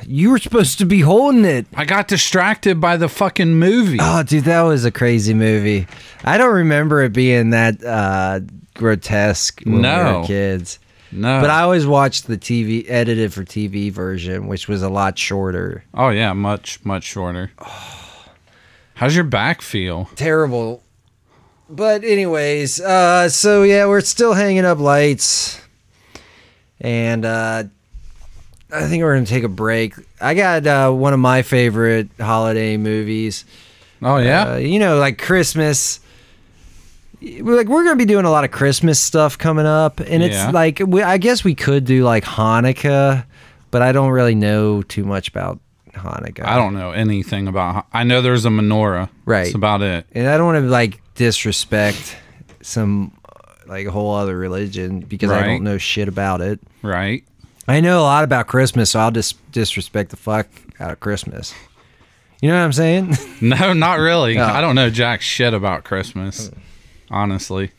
Speaker 1: You were supposed to be holding it.
Speaker 2: I got distracted by the fucking movie.
Speaker 1: Oh, dude, that was a crazy movie. I don't remember it being that uh, grotesque when we
Speaker 2: No.
Speaker 1: were kids.
Speaker 2: no.
Speaker 1: But I always watched the TV edited for TV version, which was a lot shorter.
Speaker 2: oh yeah, much much shorter. How's your back feel?
Speaker 1: Terrible. But anyways, uh, so yeah, we're still hanging up lights, and uh, I think we're gonna take a break. I got uh, one of my favorite holiday movies.
Speaker 2: Oh yeah.
Speaker 1: Uh, you know, like Christmas. We're like we're gonna be doing a lot of Christmas stuff coming up, and it's
Speaker 2: Yeah.
Speaker 1: like we, I guess we could do like Hanukkah, but I don't really know too much about Hanukkah.
Speaker 2: I don't know anything about. I know there's a menorah.
Speaker 1: Right.
Speaker 2: That's about it.
Speaker 1: and I don't want to like disrespect some uh, like whole other religion because I
Speaker 2: Right.
Speaker 1: don't know shit about it.
Speaker 2: Right.
Speaker 1: I know a lot about Christmas, so I'll just disrespect the fuck out of Christmas. You know what I'm saying?
Speaker 2: No, not really. I don't know jack shit about Christmas. Honestly.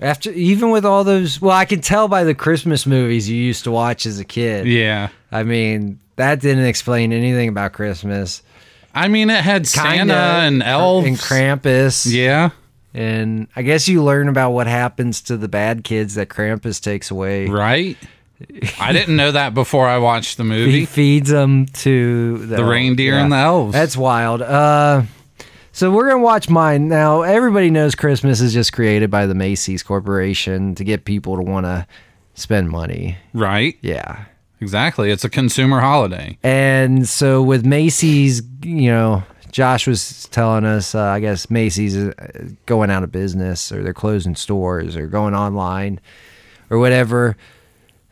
Speaker 1: After even with all those, well, I can tell by the Christmas movies you used to watch as a kid.
Speaker 2: Yeah.
Speaker 1: I mean, that didn't explain anything about Christmas.
Speaker 2: I mean, it had Santa
Speaker 1: Kinda,
Speaker 2: and elves.
Speaker 1: and Krampus.
Speaker 2: Yeah.
Speaker 1: and I guess you learn about what happens to the bad kids that Krampus takes away.
Speaker 2: Right. I didn't know that before I watched the
Speaker 1: He
Speaker 2: movie.
Speaker 1: feeds them to the,
Speaker 2: The reindeer and the elves.
Speaker 1: That's wild. Uh, so we're gonna watch mine now. Everybody knows Christmas is just created by the Macy's Corporation to get people to want to spend money.
Speaker 2: Right.
Speaker 1: Yeah,
Speaker 2: Exactly. It's a consumer holiday.
Speaker 1: And so with Macy's, you know, Josh was telling us, uh, I guess Macy's is uh, going out of business or they're closing stores or going online or whatever.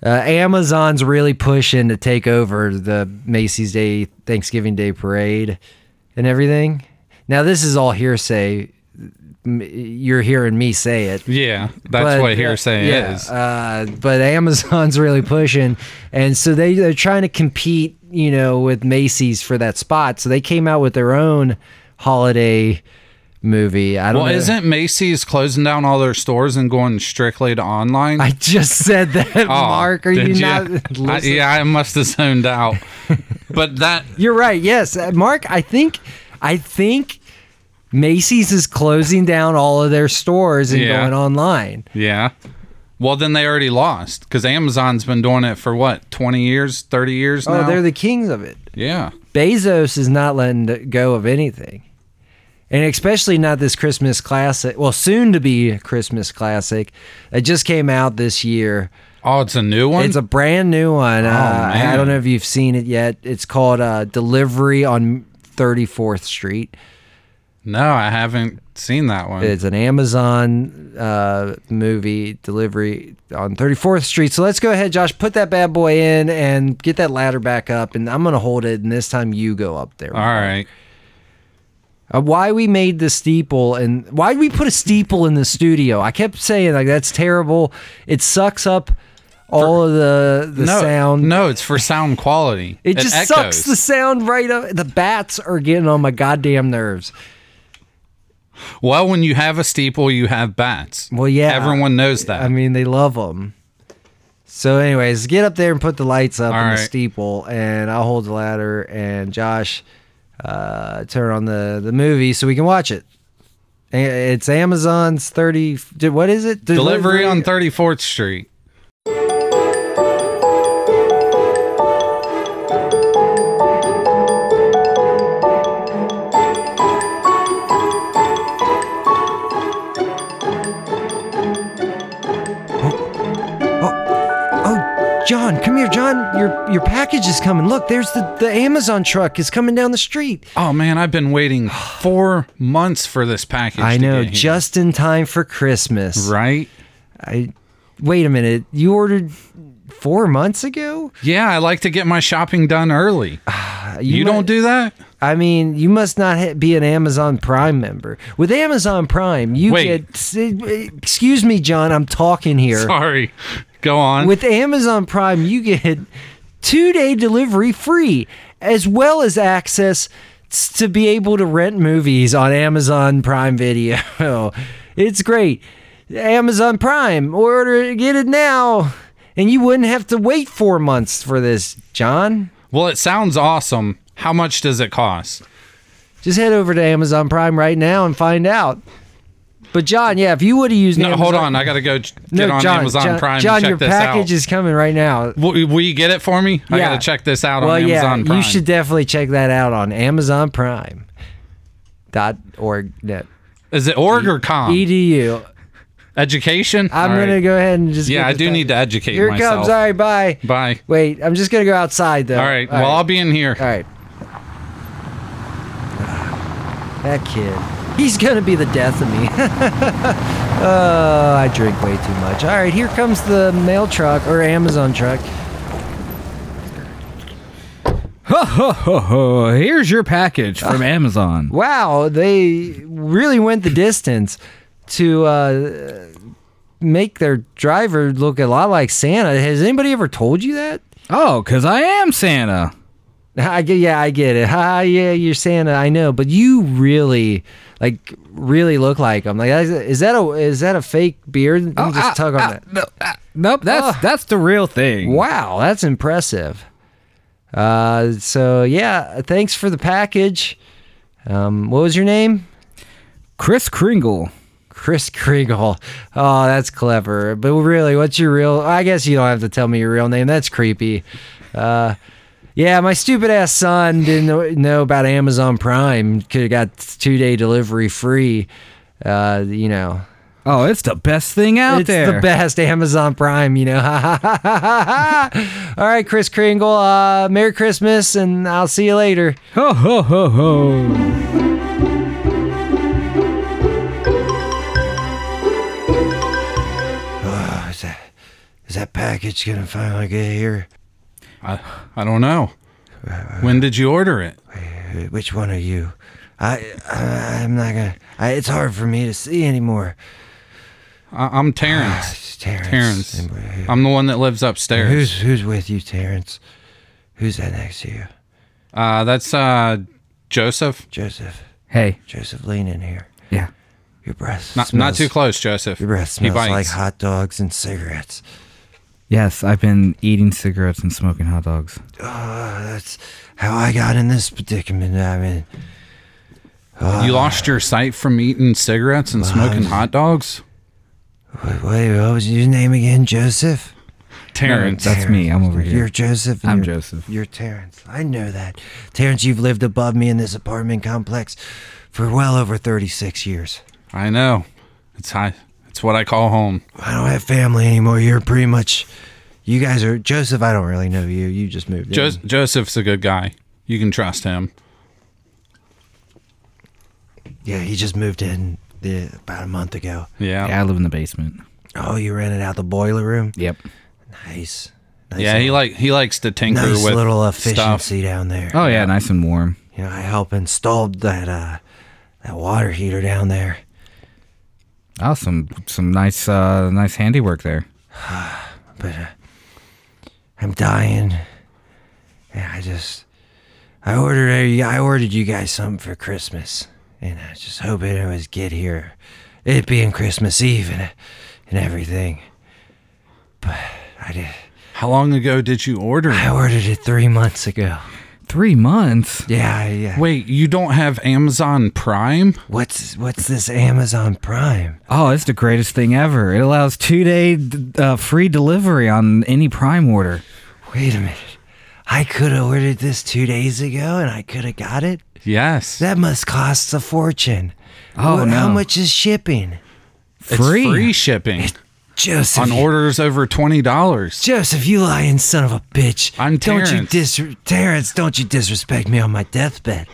Speaker 1: Uh, Amazon's really pushing to take over the Macy's Day, Thanksgiving Day parade and everything. Now, this is all hearsay. M- You're hearing me say it.
Speaker 2: Yeah. That's
Speaker 1: But,
Speaker 2: what
Speaker 1: uh,
Speaker 2: hearsay
Speaker 1: yeah,
Speaker 2: is.
Speaker 1: Uh, but Amazon's really pushing, and so they they're trying to compete, you know, with Macy's for that spot. So they came out with their own holiday movie. I don't.
Speaker 2: well,
Speaker 1: know.
Speaker 2: isn't Macy's closing down all their stores and going strictly to online?
Speaker 1: I just said that,
Speaker 2: Oh,
Speaker 1: Mark. Are
Speaker 2: did
Speaker 1: you
Speaker 2: ya?
Speaker 1: not?
Speaker 2: I,
Speaker 1: listening?
Speaker 2: yeah, I must have zoned out. but that
Speaker 1: You're right. Yes, Uh, Mark. I think. I think. Macy's is closing down all of their stores and
Speaker 2: Yeah.
Speaker 1: going online.
Speaker 2: Yeah. Well, then they already lost because Amazon's been doing it for what, 20 years, 30 years
Speaker 1: Oh,
Speaker 2: now?
Speaker 1: they're the kings of it.
Speaker 2: yeah.
Speaker 1: Bezos is not letting th- go of anything. And especially not this Christmas classic, well, soon to be Christmas classic that just came out this year.
Speaker 2: Oh, it's a new one?
Speaker 1: It's a brand new one. uh, I- I
Speaker 2: man.
Speaker 1: don't know if you've seen it yet. It's called uh, Delivery on 34th Street.
Speaker 2: no, I haven't seen that one.
Speaker 1: It's an Amazon uh, movie delivery on 34th Street. So let's go ahead, Josh, put that bad boy in and get that ladder back up. And I'm going to hold it. And this time you go up there.
Speaker 2: All right.
Speaker 1: Uh, why we made the steeple and why did we put a steeple in the studio? I kept saying like that's terrible. It sucks up all of the the
Speaker 2: no,
Speaker 1: sound.
Speaker 2: No, it's for sound quality.
Speaker 1: it just sucks
Speaker 2: echoes.
Speaker 1: the sound right up. The bats are getting on my goddamn nerves.
Speaker 2: Well, when you have a steeple, you have bats.
Speaker 1: Well, yeah.
Speaker 2: Everyone knows that.
Speaker 1: I mean, they love them. So, anyways, get up there and put the lights up
Speaker 2: All
Speaker 1: in the
Speaker 2: right.
Speaker 1: steeple, and I'll hold the ladder and Josh uh, turn on the the movie so we can watch it. A- It's Amazon's thirty. d- What is it?
Speaker 2: Delivery on 34th Street.
Speaker 1: Oh, John, come here, John. Your your package is coming. Look, there's the the Amazon truck is coming down the street.
Speaker 2: Oh, man, I've been waiting four months for this package.
Speaker 1: I
Speaker 2: to
Speaker 1: know,
Speaker 2: get here.
Speaker 1: just in time for Christmas.
Speaker 2: Right?
Speaker 1: I wait a minute. You ordered four months ago.
Speaker 2: Yeah, I like to get my shopping done early.
Speaker 1: Uh,
Speaker 2: You,
Speaker 1: mu-
Speaker 2: don't do that?
Speaker 1: I mean, you must not ha- be an Amazon Prime member. With Amazon Prime, you
Speaker 2: Wait.
Speaker 1: get. s- Excuse me, John. I'm talking here.
Speaker 2: Sorry. Go on.
Speaker 1: With Amazon Prime, you get two day delivery free, as well as access s- to be able to rent movies on Amazon Prime Video. it's great. Amazon Prime, order it, get it now, and you wouldn't have to wait four months for this, John.
Speaker 2: well, it sounds awesome. How much does it cost?
Speaker 1: Just head over to Amazon Prime right now and find out. But John, yeah, if you would have used
Speaker 2: No,
Speaker 1: Amazon-
Speaker 2: hold on. I got to go ch- get
Speaker 1: no,
Speaker 2: on
Speaker 1: John,
Speaker 2: Amazon
Speaker 1: John,
Speaker 2: Prime
Speaker 1: John,
Speaker 2: and check
Speaker 1: your
Speaker 2: this
Speaker 1: package
Speaker 2: out.
Speaker 1: is coming right now.
Speaker 2: Will, will you get it for me? I
Speaker 1: Yeah.
Speaker 2: got to check this out
Speaker 1: well,
Speaker 2: on Amazon
Speaker 1: yeah,
Speaker 2: Prime.
Speaker 1: You should definitely check that out on Amazon Prime. Dot org net
Speaker 2: Is it org or com?
Speaker 1: edu.
Speaker 2: Education?
Speaker 1: I'm
Speaker 2: Um, All right.
Speaker 1: gonna go ahead and just
Speaker 2: Yeah,
Speaker 1: get
Speaker 2: I
Speaker 1: this
Speaker 2: do
Speaker 1: done.
Speaker 2: need to educate
Speaker 1: Here it
Speaker 2: myself.
Speaker 1: comes. All right, bye.
Speaker 2: Bye.
Speaker 1: Wait, I'm just gonna go outside though.
Speaker 2: All right. well, I'll be in here.
Speaker 1: All right. That kid. He's gonna be the death of me. Oh, I drink way too much. All right, here comes the mail truck or Amazon truck.
Speaker 4: Ho, Oh. ho, ho, ho. Here's your package from Amazon.
Speaker 1: Wow, they really went the distance to uh, make their driver look a lot like Santa. Has anybody ever told you that?
Speaker 4: Oh, because I am Santa.
Speaker 1: I get, yeah, I get it. Ah, yeah, you're Santa. I know, but you really, like, really look like him. Like, is- is that a is that a fake beard? Let me just tug on that.
Speaker 4: No, ah, nope, that's
Speaker 1: Ugh.
Speaker 4: that's the real thing.
Speaker 1: Wow, that's impressive. Uh, so yeah, thanks for the package. Um, what was your name?
Speaker 4: Chris Kringle.
Speaker 1: Chris Kriegel. Oh, that's clever. But really, what's your real? I guess you don't have to tell me your real name. That's creepy. Uh, yeah, my stupid ass son didn't know- know about Amazon Prime. Could have got two day delivery free. Uh, you know,
Speaker 4: Oh, it's the best thing out
Speaker 1: it's
Speaker 4: there.
Speaker 1: the best Amazon Prime. You know. All right, Chris Kringle. Uh, Merry Christmas, and I'll see you later.
Speaker 4: Ho ho ho ho.
Speaker 1: Is that, is that package gonna finally get here?
Speaker 2: I, I don't know. When did you order it?
Speaker 1: Which one are you? I, I I'm not gonna. I, it's hard for me to see anymore.
Speaker 2: I, I'm Terrence.
Speaker 1: It's Terrence.
Speaker 2: Terrence.
Speaker 1: And who-
Speaker 2: I'm the one that lives upstairs.
Speaker 1: Who's who's with you, Terrence? Who's that next to you?
Speaker 2: Uh, that's uh, Joseph.
Speaker 1: Joseph.
Speaker 4: Hey,
Speaker 1: Joseph, lean in here.
Speaker 4: yeah.
Speaker 1: Your breath.
Speaker 2: Not, not
Speaker 1: smells,
Speaker 2: too close, Joseph.
Speaker 1: Your breath
Speaker 2: he
Speaker 1: smells
Speaker 2: bites.
Speaker 1: like hot dogs and cigarettes.
Speaker 4: Yes, I've been eating cigarettes and smoking hot dogs.
Speaker 1: Oh, that's how I got in this predicament. I mean,
Speaker 2: You lost your sight from eating cigarettes and smoking hot dogs?
Speaker 1: Wait, wait, what was your name again? Joseph?
Speaker 2: Terrence.
Speaker 4: That's me. I'm over here.
Speaker 1: You're Joseph. and
Speaker 4: I'm
Speaker 1: you're-
Speaker 4: Joseph.
Speaker 1: You're Terrence. I know that. Terrence, you've lived above me in this apartment complex for well over 36 years.
Speaker 2: I know. It's high. It's what I call home.
Speaker 1: I don't have family anymore. You're pretty much. You guys are. Joseph, I don't really know you. You just moved
Speaker 2: Jo-
Speaker 1: in.
Speaker 2: Joseph's a good guy. You can trust him.
Speaker 1: Yeah, he just moved in the, about a month ago.
Speaker 2: Yeah.
Speaker 4: yeah,
Speaker 2: Yeah.
Speaker 4: I live in the basement.
Speaker 1: Oh, you rented out the boiler room?
Speaker 4: Yep.
Speaker 1: Nice. nice
Speaker 2: he
Speaker 1: little-
Speaker 2: like he likes to tinker
Speaker 1: Nice
Speaker 2: with
Speaker 1: little
Speaker 2: stuff.
Speaker 1: efficiency down there.
Speaker 4: Oh yeah, nice and warm.
Speaker 1: You know, I helped install that uh, that water heater down there.
Speaker 4: Oh, some some nice uh nice handiwork there.
Speaker 1: but uh, I'm dying. And I just, I ordered, I ordered you guys something for Christmas, and I was just hoping it was get here, it being Christmas Eve and and everything. But I did.
Speaker 2: How long ago did you order?
Speaker 1: I
Speaker 2: it?
Speaker 1: ordered it three months ago.
Speaker 4: Three months.
Speaker 1: Yeah, yeah.
Speaker 2: Wait, you don't have Amazon Prime?
Speaker 1: What's what's this Amazon Prime?
Speaker 4: Oh, it's the greatest thing ever. It allows two day uh, free delivery on any Prime order.
Speaker 1: Wait a minute. I could have ordered this two days ago, and I could have got it.
Speaker 2: Yes.
Speaker 1: That must cost a fortune.
Speaker 4: Oh,
Speaker 1: What- How
Speaker 4: no.
Speaker 1: much is shipping?
Speaker 2: it's free, shipping
Speaker 1: Joseph,
Speaker 2: on
Speaker 1: you-
Speaker 2: orders over twenty dollars.
Speaker 1: Joseph, you lying son of a bitch.
Speaker 2: I'm
Speaker 1: Don't you
Speaker 2: Terrence.
Speaker 1: dis- Terrence, don't you disrespect me on my deathbed.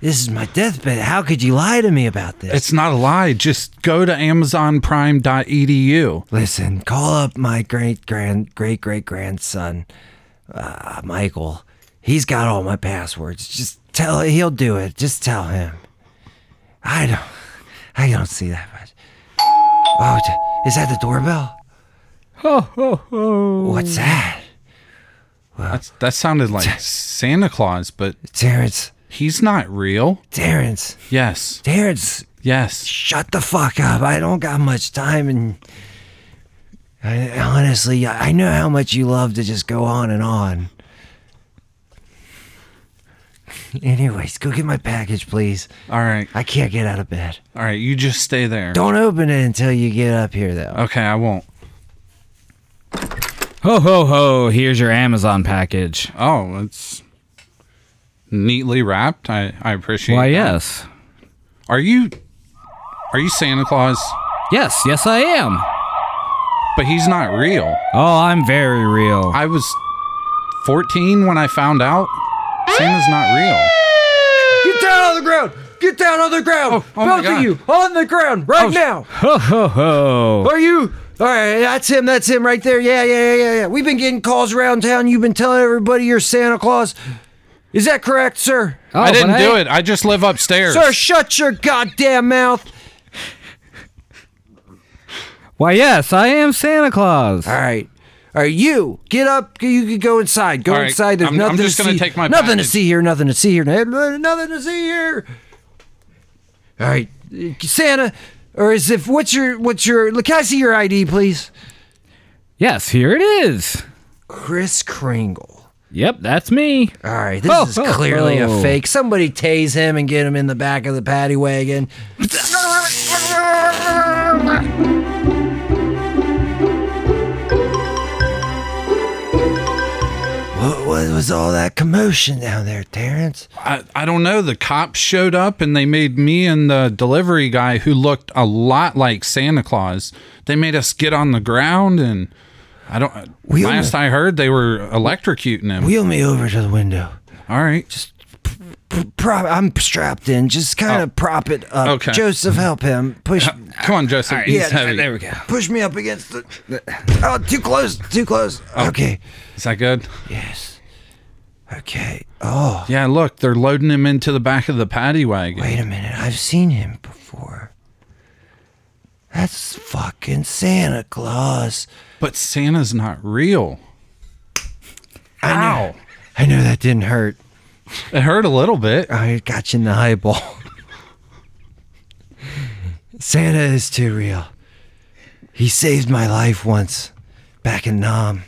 Speaker 1: This is my deathbed. How could you lie to me about this?
Speaker 2: It's not a lie. Just go to
Speaker 1: Uh,
Speaker 2: AmazonPrime.edu.
Speaker 1: Listen, call up my great grand great great grandson, uh, Michael. He's got all my passwords. Just tell he'll do it. Just tell him. I don't I don't see that much. Oh, d- is that the doorbell? What's that?
Speaker 2: That's, that sounded like Santa Claus, but
Speaker 1: Terrence,
Speaker 2: he's not real.
Speaker 1: Terrence,
Speaker 2: Yes.
Speaker 1: Terrence,
Speaker 2: Yes.
Speaker 1: shut the fuck up. I don't got much time and I, honestly, I I know how much you love to just go on and on. Anyways, go get my package, please.
Speaker 2: All right.
Speaker 1: I can't get out of bed.
Speaker 2: All right. You just stay there.
Speaker 1: Don't open it until you get up here, though.
Speaker 2: Okay, I won't.
Speaker 4: Ho ho ho! Here's your Amazon package.
Speaker 2: Oh, it's neatly wrapped. I, I appreciate
Speaker 4: Why?
Speaker 2: that.
Speaker 4: Yes.
Speaker 2: Are you are you Santa Claus?
Speaker 4: Yes. Yes, I am.
Speaker 2: But he's not real.
Speaker 4: Oh, I'm very real.
Speaker 2: I was 14 when I found out Santa's not real.
Speaker 1: Get down on the ground! Get down on the ground!
Speaker 2: Oh, oh my
Speaker 1: Both
Speaker 2: God. Oh,
Speaker 1: of you on the ground right now!
Speaker 4: Ho ho ho!
Speaker 1: Are you? All right, that's him. That's him right there. Yeah, yeah, yeah, yeah, yeah. We've been getting calls around town. You've been telling everybody you're Santa Claus. Is that correct, sir?
Speaker 4: Oh,
Speaker 2: I didn't
Speaker 4: but
Speaker 2: do it. I just live upstairs.
Speaker 1: Sir, shut your goddamn mouth.
Speaker 4: Why? Yes, I am Santa Claus.
Speaker 1: All right. All right, you get up. You can go inside. Go
Speaker 2: All right,
Speaker 1: inside. There's
Speaker 2: I'm- I'm
Speaker 1: nothing
Speaker 2: just
Speaker 1: to
Speaker 2: gonna
Speaker 1: see.
Speaker 2: take my
Speaker 1: nothing
Speaker 2: package.
Speaker 1: to see here. Nothing to see here. Nothing to see here. All right, Santa, or is if what's your what's your? Look, can I see your ID, please?
Speaker 4: Yes, here it is.
Speaker 1: Chris Kringle.
Speaker 4: Yep, that's me.
Speaker 1: All right, this
Speaker 4: Oh,
Speaker 1: is
Speaker 4: oh,
Speaker 1: clearly
Speaker 4: oh.
Speaker 1: a fake. Somebody tase him and get him in the back of the paddy wagon. What, what was all that commotion down there, Terrence?
Speaker 2: I, I don't know. The cops showed up and they made me and the delivery guy, who looked a lot like Santa Claus, they made us get on the ground and I don't.
Speaker 1: We
Speaker 2: last I heard, they were electrocuting him.
Speaker 1: Wheel me over to the window.
Speaker 2: All right, just
Speaker 1: Prop, I'm strapped in. Just kind of prop it up.
Speaker 2: Oh. Okay.
Speaker 1: Joseph, help him. Push.
Speaker 2: come on, Joseph. He's
Speaker 1: yeah,
Speaker 2: heavy.
Speaker 4: There we go.
Speaker 1: Push me up against the. Oh, too close. Too close.
Speaker 2: Oh.
Speaker 1: Okay.
Speaker 2: Is that good?
Speaker 1: Yes. Okay. Oh.
Speaker 2: Yeah, look, they're loading him into the back of the paddy wagon.
Speaker 1: Wait a minute, I've seen him before. That's fucking Santa Claus.
Speaker 2: But Santa's not real. Ow!
Speaker 1: I know that didn't hurt.
Speaker 2: It hurt a little bit.
Speaker 1: I got you in the eyeball. Santa is too real. He saved my life once, back in Nam.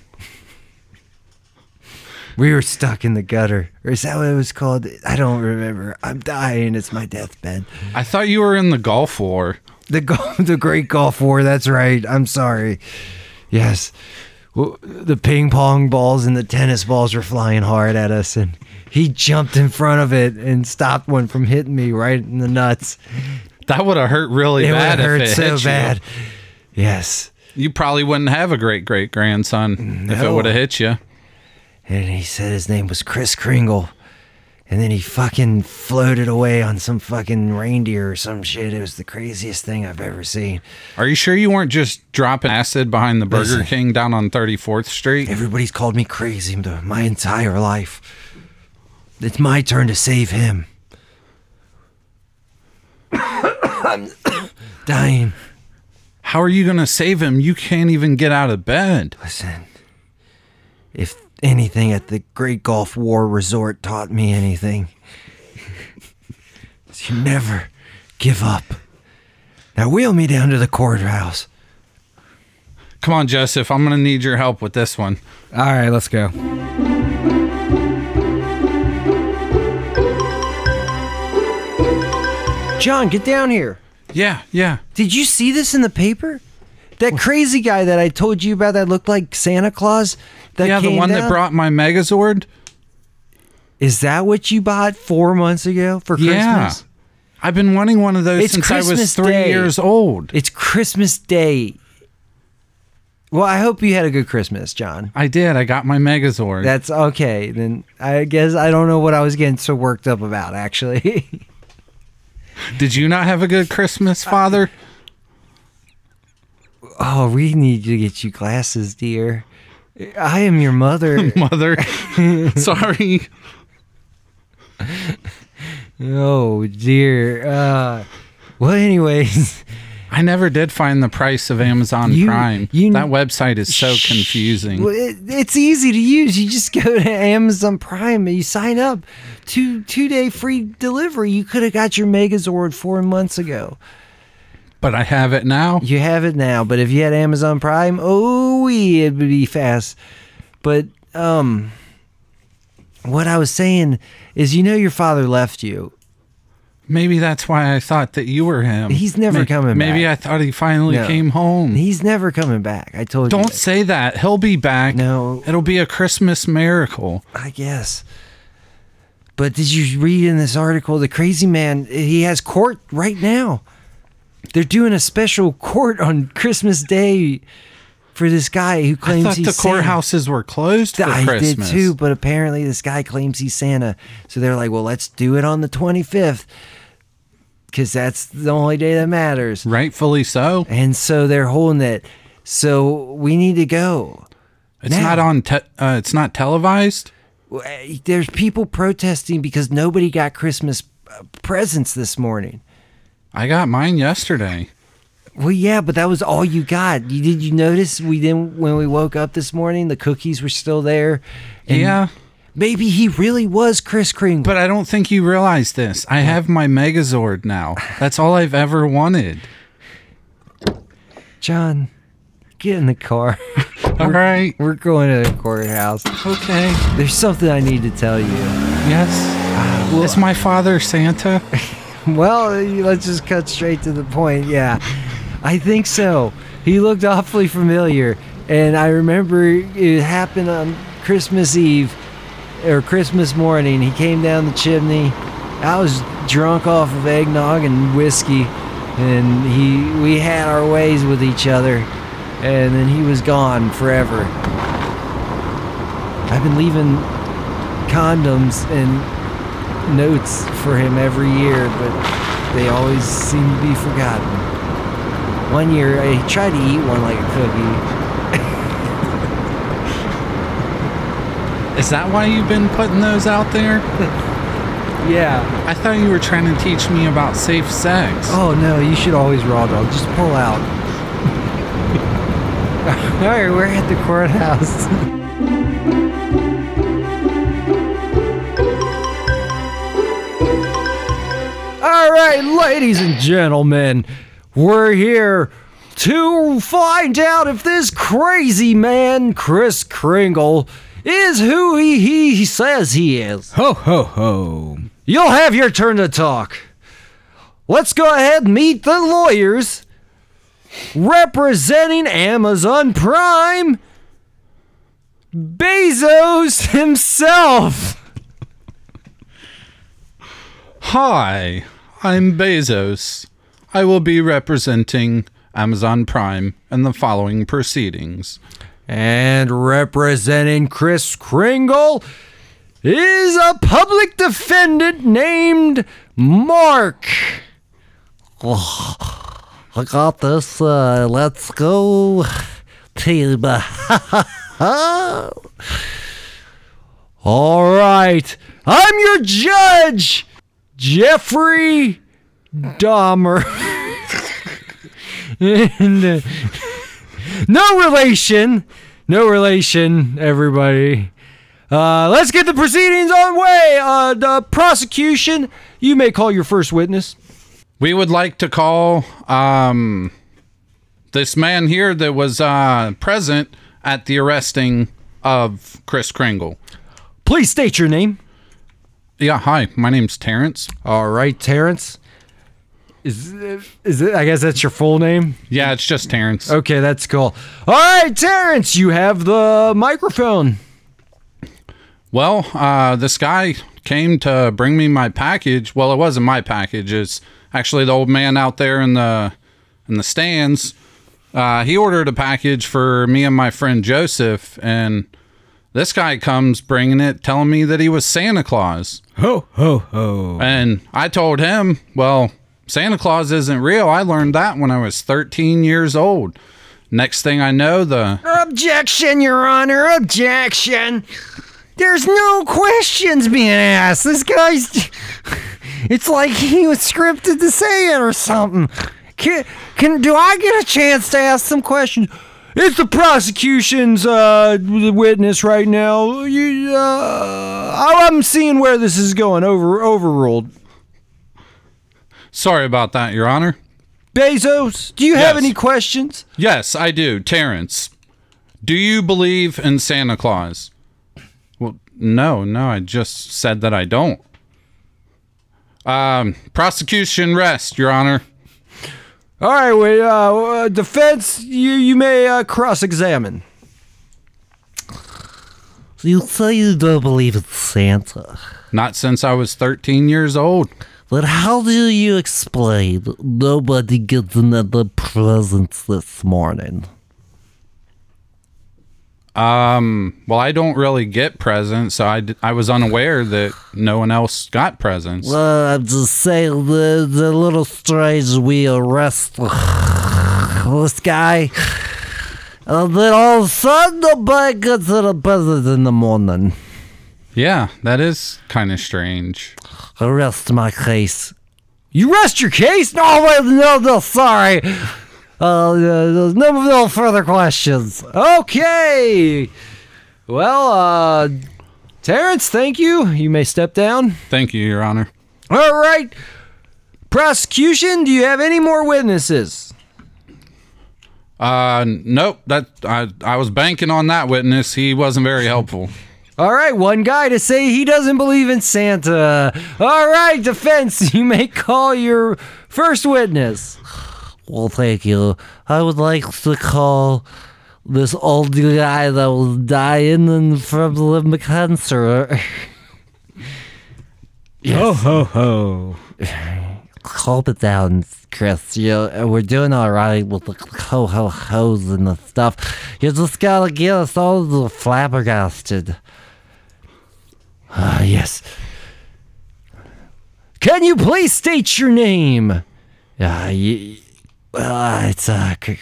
Speaker 1: We were stuck in the gutter. Or is that what it was called? I don't remember. I'm dying. It's my deathbed.
Speaker 2: I thought you were in the Gulf War.
Speaker 1: The Gulf, the Great Gulf War. That's right. I'm sorry. Yes, W- the ping pong balls and the tennis balls were flying hard at us, and he jumped in front of it and stopped one from hitting me right in the nuts.
Speaker 2: That would have hurt really
Speaker 1: It would have
Speaker 2: bad. if
Speaker 1: hurt
Speaker 2: it
Speaker 1: so
Speaker 2: hit you.
Speaker 1: bad. Yes.
Speaker 2: You probably wouldn't have a great great grandson if it
Speaker 1: No.
Speaker 2: would have hit you.
Speaker 1: and he said his name was Chris Kringle. And then he fucking floated away on some fucking reindeer or some shit. It was the craziest thing I've ever seen.
Speaker 2: Are you sure you weren't just dropping acid behind the Burger
Speaker 1: Listen.
Speaker 2: King down on 34th Street?
Speaker 1: Everybody's called me crazy my my entire life. It's my turn to save him. I'm dying.
Speaker 2: How are you going to save him? You can't even get out of bed.
Speaker 1: Listen, if anything at the Great Gulf War Resort taught me anything, it's you never give up. Now wheel me down to the courthouse.
Speaker 2: Come on, Joseph. I'm going to need your help with this one.
Speaker 4: All right, let's go.
Speaker 1: John, get down here.
Speaker 2: Yeah, yeah.
Speaker 1: Did you see this in the paper? That crazy guy that I told you about that looked like Santa Claus. That
Speaker 2: yeah, the
Speaker 1: came
Speaker 2: one that
Speaker 1: down?
Speaker 2: brought my Megazord.
Speaker 1: Is that what you bought four months ago for
Speaker 2: Yeah.
Speaker 1: Christmas?
Speaker 2: I've been wanting one of those
Speaker 1: It's
Speaker 2: since I was
Speaker 1: Christmas
Speaker 2: three
Speaker 1: Day.
Speaker 2: years old.
Speaker 1: It's Christmas Day. Well, I hope you had a good Christmas, John.
Speaker 2: I did. I got my Megazord.
Speaker 1: That's okay. Then I guess I don't know what I was getting so worked up about, actually.
Speaker 2: did you not have a good Christmas, Father?
Speaker 1: oh, we need to get you glasses, dear. I am your mother.
Speaker 2: Mother. Sorry.
Speaker 1: oh, dear. Uh, well, anyways,
Speaker 2: I never did find the price of Amazon
Speaker 1: You-
Speaker 2: Prime.
Speaker 1: you-
Speaker 2: that website is so confusing.
Speaker 1: well, it, it's easy to use. You just go to Amazon Prime and you sign up. Two two day free delivery. You could have got your Megazord four months ago.
Speaker 2: But I have it now.
Speaker 1: You have it now, but if you had Amazon Prime, oh, wee, it would be fast. But um, what I was saying is, you know, your father left you.
Speaker 2: Maybe that's why I thought that you were him.
Speaker 1: He's never
Speaker 2: May-
Speaker 1: coming
Speaker 2: Maybe
Speaker 1: back.
Speaker 2: I thought he finally
Speaker 1: No.
Speaker 2: came home.
Speaker 1: He's never coming back. I told you.
Speaker 2: Don't
Speaker 1: that.
Speaker 2: say that. He'll be back.
Speaker 1: No.
Speaker 2: It'll be a Christmas miracle.
Speaker 1: I guess. But did you read in this article the crazy man? He has court right now. They're doing a special court on Christmas Day for this guy who
Speaker 2: I
Speaker 1: claims
Speaker 2: thought the
Speaker 1: he's Santa.
Speaker 2: courthouses were closed for
Speaker 1: I
Speaker 2: Christmas.
Speaker 1: did too, but apparently this guy claims he's Santa. So they're like, well, let's do it on the 25th because that's the only day that matters.
Speaker 2: Rightfully so.
Speaker 1: And so they're holding it. So we need to go.
Speaker 2: It's
Speaker 1: Now.
Speaker 2: not on. Te- uh, it's not televised.
Speaker 1: Uh, There's people protesting because nobody got Christmas uh, presents this morning.
Speaker 2: I got mine yesterday.
Speaker 1: Well, yeah, but that was all you got. You, did you notice we didn't when we woke up this morning? The cookies were still there. And
Speaker 2: yeah,
Speaker 1: maybe he really was Chris Kringle.
Speaker 2: but I don't think you realize this. I have my Megazord now. That's all I've ever wanted.
Speaker 1: John, get in the car.
Speaker 2: All right.
Speaker 1: We're going to the courthouse.
Speaker 2: Okay.
Speaker 1: There's something I need to tell you.
Speaker 2: Yes. Is my father Santa?
Speaker 1: Well, let's just cut straight to the point. Yeah, I think so. He looked awfully familiar, and I remember it happened on Christmas Eve or Christmas morning. He came down the chimney. I was drunk off of eggnog and whiskey, and he we had our ways with each other, and then he was gone forever. I've been leaving condoms and notes for him every year, but they always seem to be forgotten. One year, I tried to eat one like a cookie.
Speaker 2: Is that why you've been putting those out there?
Speaker 1: Yeah.
Speaker 2: I thought you were trying to teach me about safe sex.
Speaker 1: Oh no, you should always raw dog. Just pull out. All right, we're at the courthouse. All right, ladies and gentlemen, we're here to find out if this crazy man, Chris Kringle, is who he, he says he is.
Speaker 4: Ho ho ho.
Speaker 1: You'll have your turn to talk. Let's go ahead and meet the lawyers representing Amazon Prime, Bezos himself.
Speaker 2: Hi, I'm Bezos. I will be representing Amazon Prime in the following proceedings.
Speaker 1: And representing Chris Kringle is a public defendant named Mark. I got this. Uh, let's go, team. All right. I'm your judge, Jeffrey Dahmer. and, uh, no relation. No relation, everybody. Uh, let's get the proceedings on way. Uh, the prosecution, you may call your first witness.
Speaker 2: We would like to call um, this man here that was uh, present at the arresting of Chris Kringle.
Speaker 1: Please state your name.
Speaker 2: Yeah, hi, my name's Terrence.
Speaker 1: All right, Terrence. Is is it? I guess that's your full name.
Speaker 2: Yeah, it's just Terrence.
Speaker 4: Oh.
Speaker 1: Okay, that's cool. All right, Terrence, you have the microphone.
Speaker 2: Well, uh, this guy came to bring me my package. Well, it wasn't my package. It's actually the old man out there in the in the stands. Uh, he ordered a package for me and my friend Joseph, and this guy comes bringing it, telling me that he was Santa Claus.
Speaker 4: Ho ho ho!
Speaker 2: And I told him, well, Santa Claus isn't real. I learned that when I was 13 years old. Next thing I know, the
Speaker 1: Objection, Your Honor. Objection. There's no questions being asked. This guy's. It's like he was scripted to say it or something. Can, can do I get a chance to ask some questions? It's the prosecution's uh, witness right now. You, uh, I'm seeing where this is going. Over overruled.
Speaker 2: sorry about that, Your Honor.
Speaker 1: Bezos, do you have
Speaker 2: Yes.
Speaker 1: any questions?
Speaker 2: Yes, I do. Terrence, do you believe in Santa Claus? Well, no, no, I just said that I don't. Um, prosecution rest, Your Honor.
Speaker 1: All right, wait, uh, uh, defense, you, you may uh, cross examine.
Speaker 5: You say you don't believe in Santa,
Speaker 2: Not since I was 13 years old.
Speaker 5: but how do you explain nobody gets another present this morning?
Speaker 2: Well, I don't really get presents, so I, d- I was unaware that no one else got presents.
Speaker 5: Uh, I'm just saying, the, the little strange we arrest this guy, and then all of a sudden nobody gets a present in the morning.
Speaker 2: yeah, that is kind of strange.
Speaker 5: Arrest my case.
Speaker 1: You rest your case? No,
Speaker 5: Oh, wait, no, no, sorry. Uh, no, no, no further questions.
Speaker 1: Okay. Well, uh, Terrence, thank you. You may step down.
Speaker 2: Thank you, Your Honor.
Speaker 1: All right. Prosecution, do you have any more witnesses?
Speaker 2: Uh, nope. That I I was banking on that witness. He wasn't very helpful.
Speaker 1: All right, one guy to say he doesn't believe in Santa. All right, defense, you may call your first witness.
Speaker 5: Well, thank you. I would like to call this old guy that was dying and from the cancer.
Speaker 4: Ho ho ho!
Speaker 5: Calm it down, Chris. You, we're doing all right with the ho ho ho's and the stuff. You just gotta get us all a little flabbergasted.
Speaker 1: Ah, yes. Can you please state your name? Uh, y- uh, it's, uh, c-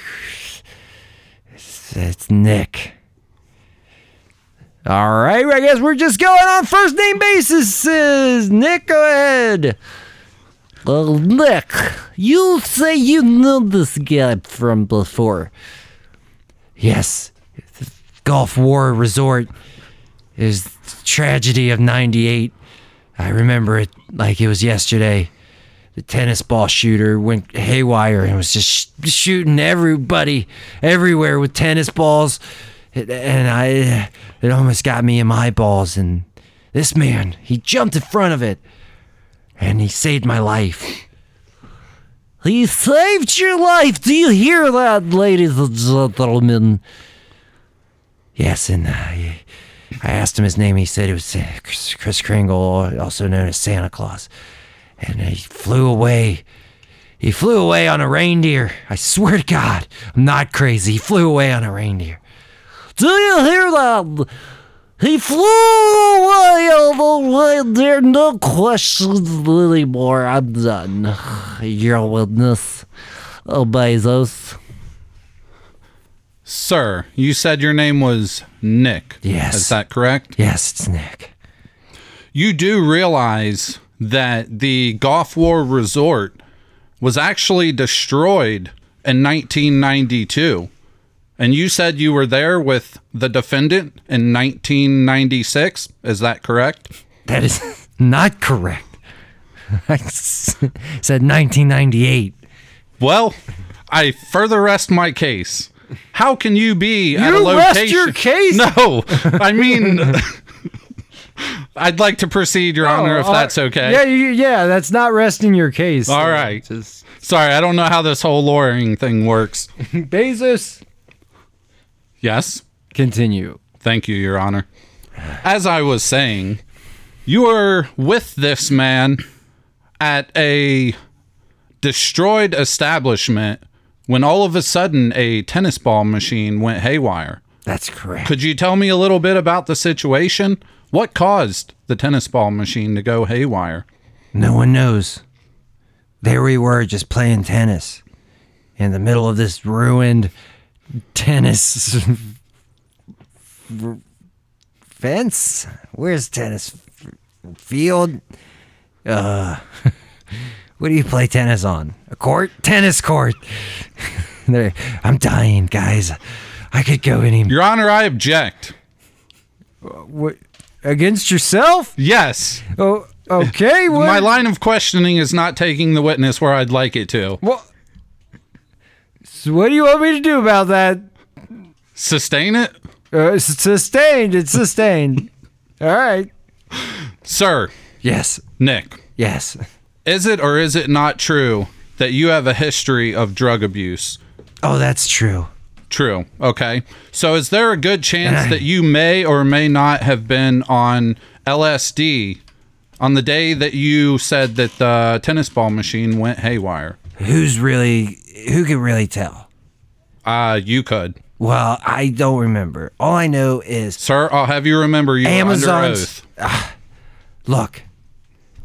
Speaker 1: it's, it's Nick. All right, I guess we're just going on first name basis. uh, Nick, go ahead.
Speaker 5: Well, Nick, you say you know this guy from before.
Speaker 1: Yes, the Gulf War Resort is the tragedy of 98. I remember it like it was yesterday. The tennis ball shooter went haywire and was just sh- shooting everybody everywhere with tennis balls. It- And I, it almost got me in my balls. And this man, he jumped in front of it and he saved my life.
Speaker 5: He saved your life. Do you hear that, ladies and gentlemen?
Speaker 1: Yes, and uh, I I asked him his name. He said it was Sa- Chris, Chris Kringle, also known as Santa Claus. And he flew away. He flew away on a reindeer. I swear to God, I'm not crazy. He flew away on a reindeer.
Speaker 5: Do you hear that? He flew away all the way. There are no questions anymore. I'm done. Your witness oh, Bezos.
Speaker 2: Sir, you said your name was Nick.
Speaker 1: Yes.
Speaker 2: Is that correct?
Speaker 1: Yes, it's Nick.
Speaker 2: You do realize that the Gulf War Resort was actually destroyed in 1992. And you said you were there with the defendant in 1996. Is that correct?
Speaker 1: That is not correct. I s- said 1998.
Speaker 2: Well, I further rest my case. How can you be at a
Speaker 1: You
Speaker 2: location?
Speaker 1: rest your case?
Speaker 2: No, I mean, I'd like to proceed, Your Honor, if that's okay.
Speaker 1: Yeah, you, yeah, that's not resting your case.
Speaker 2: All right.
Speaker 1: Just-
Speaker 2: Sorry, I don't know how this whole lawyering thing works.
Speaker 1: Bezos,
Speaker 2: Yes.
Speaker 1: continue.
Speaker 2: Thank you, Your Honor. As I was saying, you were with this man at a destroyed establishment when all of a sudden a tennis ball machine went haywire.
Speaker 1: That's correct.
Speaker 2: Could you tell me a little bit about the situation? What caused the tennis ball machine to go haywire?
Speaker 1: No one knows. There we were just playing tennis in the middle of this ruined tennis r- fence. Where's tennis f- field? Uh, what do you play tennis on? A court? Tennis court. there, I'm dying, guys. I could go any
Speaker 2: Your Honor, I object.
Speaker 1: what, against yourself.
Speaker 2: Yes.
Speaker 1: Oh, okay. What?
Speaker 2: My line of questioning is not taking the witness where I'd like it to.
Speaker 1: Well, so what do you want me to do about that?
Speaker 2: Sustain it?
Speaker 1: Uh, s- sustained. It's sustained. All right.
Speaker 2: Sir,
Speaker 1: Yes.
Speaker 2: Nick.
Speaker 1: Yes.
Speaker 2: Is it or is it not true that you have a history of drug abuse?
Speaker 1: Oh, that's true.
Speaker 2: True. Okay. So is there a good chance
Speaker 1: I-
Speaker 2: that you may or may not have been on LSD on the day that you said that the tennis ball machine went haywire?
Speaker 1: Who's really? Who can really tell?
Speaker 2: Uh, you could.
Speaker 1: Well, I don't remember. All I know is
Speaker 2: Sir, I'll have you remember you were under
Speaker 1: Amazon's-
Speaker 2: oath.
Speaker 1: look.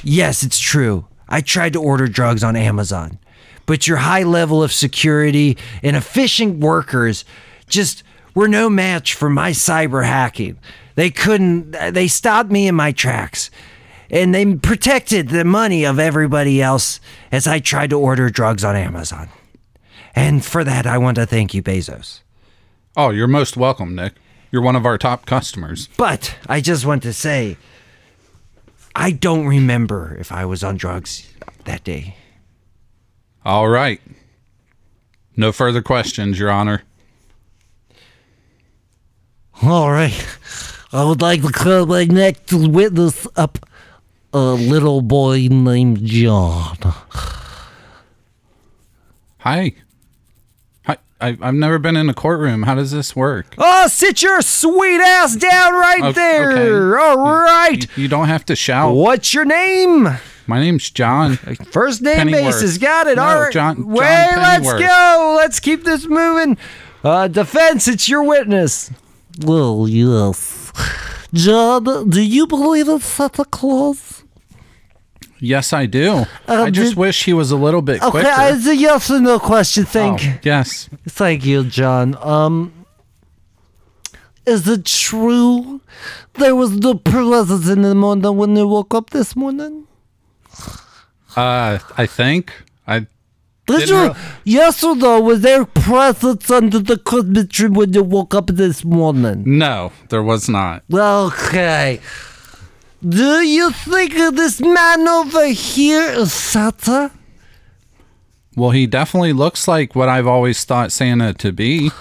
Speaker 1: Yes, it's true. I tried to order drugs on Amazon, but your high level of security and efficient workers just were no match for my cyber hacking. They couldn't, they stopped me in my tracks and they protected the money of everybody else as I tried to order drugs on Amazon. And for that, I want to thank you, Bezos.
Speaker 2: Oh, you're most welcome, Nick. You're one of our top customers.
Speaker 1: But I just want to say, I don't remember if I was on drugs that day.
Speaker 2: All right. No further questions, Your Honor.
Speaker 5: All right. I would like to call my next witness up a little boy named John.
Speaker 2: Hi. Hi. I, I've never been in a courtroom. How does this work?
Speaker 1: Oh, sit your sweet ass down right
Speaker 2: O-
Speaker 1: there.
Speaker 2: okay.
Speaker 1: All
Speaker 2: You-
Speaker 1: right.
Speaker 2: You, you don't have to shout.
Speaker 1: What's your name?
Speaker 2: My name's John.
Speaker 1: First name
Speaker 2: Pennyworth.
Speaker 1: basis. Got it.
Speaker 2: No,
Speaker 1: All right.
Speaker 2: John- John
Speaker 1: Wait, let's
Speaker 2: Pennyworth.
Speaker 1: go. Let's keep this moving. Uh, defense, it's your witness.
Speaker 5: Well, yes. John, do you believe in Santa Claus?
Speaker 2: Yes, I do.
Speaker 1: Um,
Speaker 2: I just
Speaker 5: did-
Speaker 2: wish he was a little bit
Speaker 5: Okay,
Speaker 2: quicker.
Speaker 5: it's a yes or no question.
Speaker 2: Oh,
Speaker 5: Thank,
Speaker 2: yes.
Speaker 5: thank you, John. Um, is it true there was no presence in the morning when you woke up this morning?
Speaker 2: Uh, I think I.
Speaker 5: Did
Speaker 2: Didn't
Speaker 5: you,
Speaker 2: real-
Speaker 5: yes or no, was there presence under the Christmas tree when you woke up this morning?
Speaker 2: No, there was not.
Speaker 5: Okay. Do you think that this man over here is Santa?
Speaker 2: Well, he definitely looks like what I've always thought Santa to be.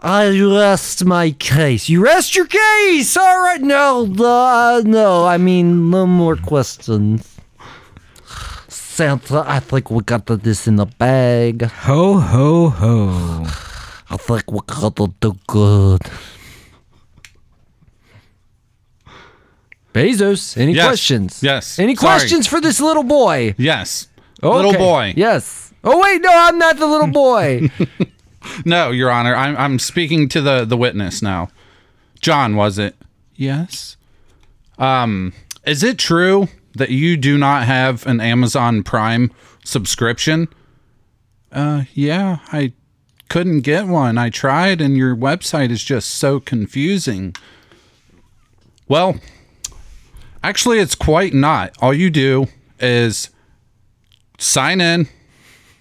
Speaker 5: I rest my case. You rest your case! Alright, no, uh, no, I mean, no more questions. Santa, I think we got this in the bag.
Speaker 4: Ho ho ho.
Speaker 5: I think we got to do good.
Speaker 1: Bezos, any
Speaker 2: Yes.
Speaker 1: questions?
Speaker 2: Yes.
Speaker 1: Any
Speaker 2: Sorry.
Speaker 1: questions for this little boy?
Speaker 2: Yes.
Speaker 1: Okay.
Speaker 2: Little boy.
Speaker 1: Yes. Oh wait, no, I'm not the little boy.
Speaker 2: No, Your Honor. I'm I'm speaking to the the witness now. John, was it? Yes. Um, is it true that you do not have an Amazon Prime subscription? Uh, yeah, I couldn't get one. I tried and your website is just so confusing. Well, actually it's quite not. All you do is sign in,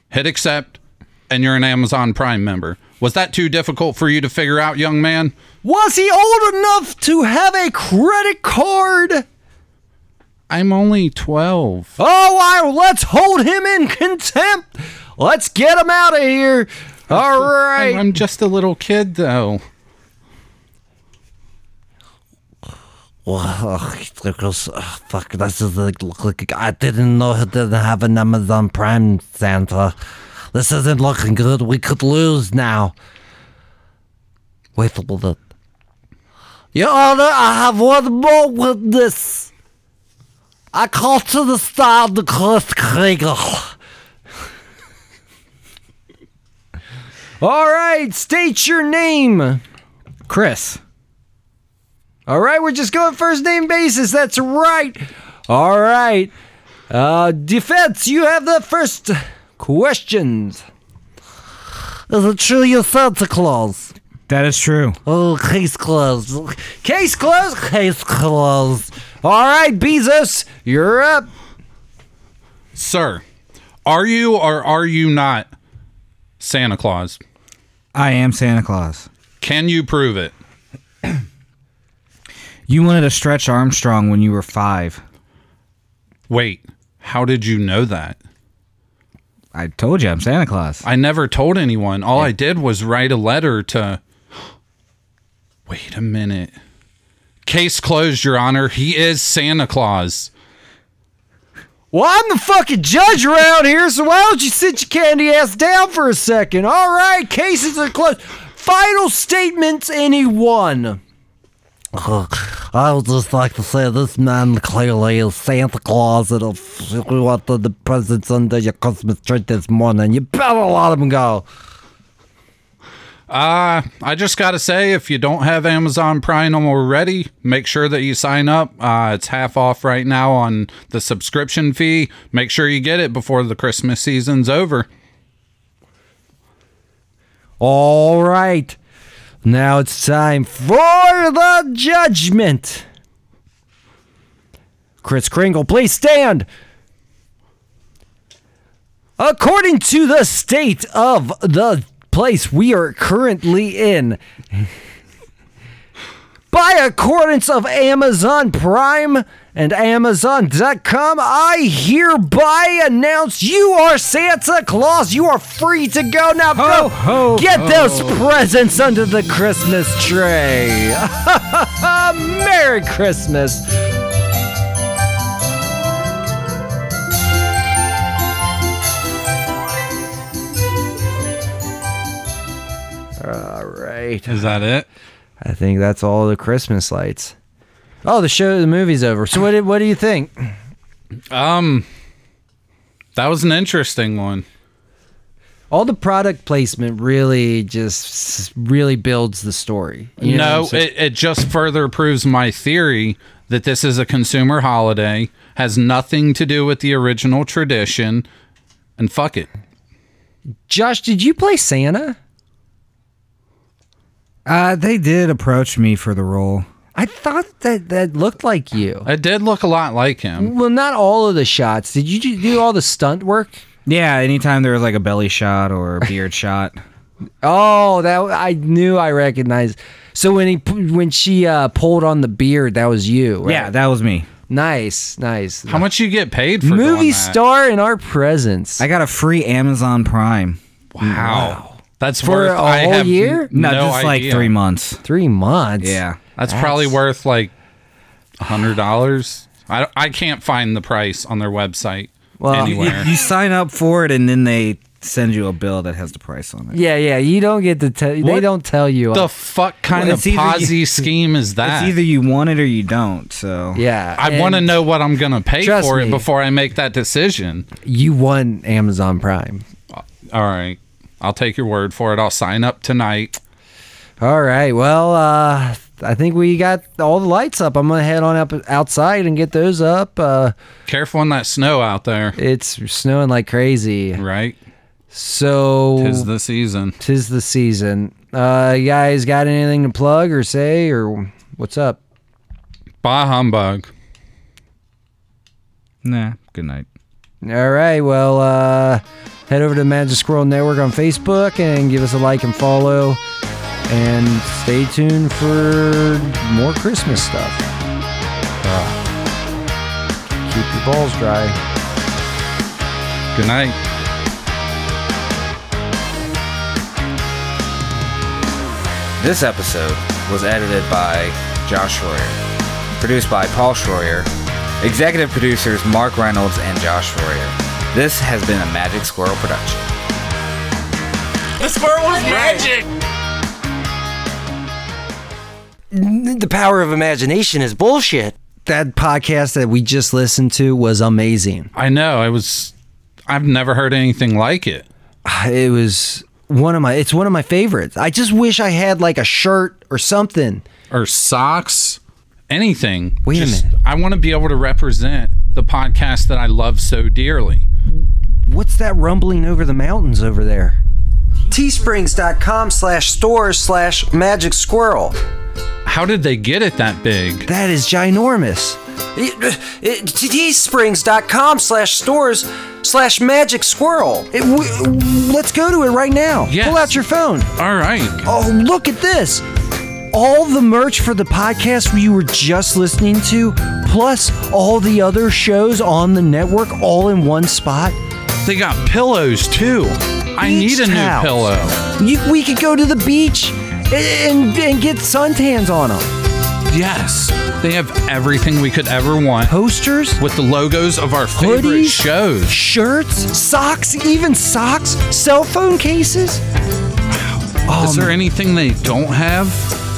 Speaker 2: hit accept, and you're an Amazon Prime member. Was that too difficult for you to figure out, young man?
Speaker 1: Was he old enough to have a credit card?
Speaker 2: I'm only 12.
Speaker 1: Oh, I, let's hold him in contempt. Let's get him out of here. All
Speaker 2: I'm,
Speaker 1: right.
Speaker 2: I'm just a little kid, though.
Speaker 5: Well, ugh, there goes, ugh, fuck, this is like, look like, I didn't know he didn't have an Amazon Prime Santa. This isn't looking good. We could lose now. Wait a minute. Your Honor, I have one more witness. I call to the star Nicholas Kriegel.
Speaker 1: All right. State your name.
Speaker 4: Chris.
Speaker 1: All right. We're just going first name basis. That's right. All right. Uh, defense, you have the first questions.
Speaker 5: Is it true you're Santa Claus?
Speaker 4: That is true.
Speaker 5: Oh, case closed.
Speaker 1: Case closed.
Speaker 5: Case closed.
Speaker 1: All right, Bezos, you're up.
Speaker 2: Sir, are you or are you not Santa Claus?
Speaker 4: I am Santa Claus.
Speaker 2: Can you prove it?
Speaker 4: You wanted to stretch Armstrong when you were five.
Speaker 2: Wait, how did you know that?
Speaker 4: I told you I'm Santa Claus.
Speaker 2: I never told anyone. All I did was write a letter to. Wait a minute. Case closed, Your Honor. He is Santa Claus.
Speaker 1: Well, I'm the fucking judge around here, so why don't you sit your candy ass down for a second? All right, cases are closed. Final statements, anyone?
Speaker 5: I would just like to say this man clearly is Santa Claus and if you want the presents under your Christmas tree this morning, you better let him go.
Speaker 2: Uh, I just got to say, if you don't have Amazon Prime already, make sure that you sign up. Uh, it's half off right now on the subscription fee. Make sure you get it before the Christmas season's over.
Speaker 1: All right, now it's time for the judgment. Chris Kringle, please stand. According to the state of the place we are currently in, by accordance of Amazon Prime and Amazon.com, I hereby announce you are Santa Claus. You are free to go now. go
Speaker 4: ho,
Speaker 1: get those presents under the Christmas tree. Merry Christmas. All right.
Speaker 2: Is that it?
Speaker 1: I think that's all the Christmas lights. Oh, the show, the movie's over. So what? did- What do you think?
Speaker 2: Um, that was an interesting one.
Speaker 1: All the product placement really just really builds the story. You know
Speaker 2: no,
Speaker 1: what I'm saying?
Speaker 2: it, it just further proves my theory that this is a consumer holiday, has nothing to do with the original tradition, and fuck it.
Speaker 1: Josh, did you play Santa?
Speaker 4: Uh, they did approach me for the role.
Speaker 1: I thought that that looked like you.
Speaker 2: It did look a lot like him.
Speaker 1: Well, not all of the shots. Did you do- do all the stunt work?
Speaker 4: Yeah, anytime there was like a belly shot or a beard shot.
Speaker 1: Oh, that I knew I recognized. So when he pu- when she uh, pulled on the beard, that was you. Right?
Speaker 4: Yeah, that was me.
Speaker 1: nice, nice.
Speaker 2: How much you get paid for doing
Speaker 1: Movie
Speaker 2: that?
Speaker 1: star in our presence.
Speaker 4: I got a free Amazon Prime. Mm.
Speaker 2: Wow. That's
Speaker 1: For
Speaker 2: worth,
Speaker 1: a
Speaker 2: I
Speaker 1: whole
Speaker 2: have
Speaker 1: year?
Speaker 2: No,
Speaker 4: No, just like
Speaker 2: idea.
Speaker 4: three months.
Speaker 1: Three months.
Speaker 4: Yeah.
Speaker 2: That's, probably
Speaker 1: That's-
Speaker 2: worth like a hundred dollars. I, I can't find the price on their website.
Speaker 1: Well,
Speaker 4: You,
Speaker 2: anywhere.
Speaker 4: you sign up for it, and then they send you a bill that has the price on it.
Speaker 1: Yeah, yeah. You don't get to tell. They
Speaker 2: What
Speaker 1: don't tell you.
Speaker 2: the fuck kind
Speaker 4: Well,
Speaker 2: of
Speaker 4: it's either you-
Speaker 2: posy scheme is that?
Speaker 4: It's either you want it or you don't. So
Speaker 1: yeah,
Speaker 2: I want to
Speaker 1: and
Speaker 2: know what I'm going to pay
Speaker 1: Trust
Speaker 2: for it
Speaker 1: me.
Speaker 2: before I make that decision.
Speaker 1: You won Amazon Prime.
Speaker 2: All right. I'll take your word for it. I'll sign up tonight.
Speaker 1: All right. Well, uh, I think we got all the lights up. I'm gonna head on up outside and get those up. Uh,
Speaker 2: Careful in that snow out there,
Speaker 1: it's snowing like crazy.
Speaker 2: right?
Speaker 1: So
Speaker 2: Tis the season.
Speaker 1: tis the season. Uh, you guys got anything to plug or say or what's up?
Speaker 2: Bah humbug.
Speaker 4: nah. Good night.
Speaker 1: All right. Well, uh, head over to Magic Squirrel Network on Facebook and give us a like and follow. And stay tuned for more Christmas stuff. Uh, keep your balls dry.
Speaker 2: Good night.
Speaker 6: This episode was edited by Josh Schroyer, produced by Paul Schroyer, executive producers Mark Reynolds and Josh Schroyer. This has been a Magic Squirrel production.
Speaker 5: The power of imagination is bullshit.
Speaker 1: That podcast that we just listened to was amazing.
Speaker 2: I know. It was. I've never heard anything like it.
Speaker 1: It was one of my. It's one of my favorites. I just wish I had like a shirt or something.
Speaker 2: or socks, anything.
Speaker 1: Wait a minute.
Speaker 2: I want to be able to represent the podcast that I love so dearly.
Speaker 1: What's that rumbling over the mountains over there? Teesprings.com slash store slash magic squirrel.
Speaker 2: How did they get it that big?
Speaker 1: That is ginormous. It- uh, it- Teesprings.com slash stores slash magic squirrel. It- w- w- let's go to it right now.
Speaker 2: Yes.
Speaker 1: Pull out your phone.
Speaker 2: All right.
Speaker 1: Oh, look at this. All the merch for the podcast you were just listening to, plus all the other shows on the network all in one spot.
Speaker 2: They got pillows too. I
Speaker 1: Beach
Speaker 2: need a new
Speaker 1: towels.
Speaker 2: pillow.
Speaker 1: You, we could go to the beach and, and get suntans on them.
Speaker 2: Yes. They have everything we could ever want
Speaker 1: Posters,
Speaker 2: with the logos of our favorite
Speaker 1: Hoodies?
Speaker 2: shows.
Speaker 1: shirts, socks, even socks, cell phone cases. Um,
Speaker 2: Is there anything they don't have?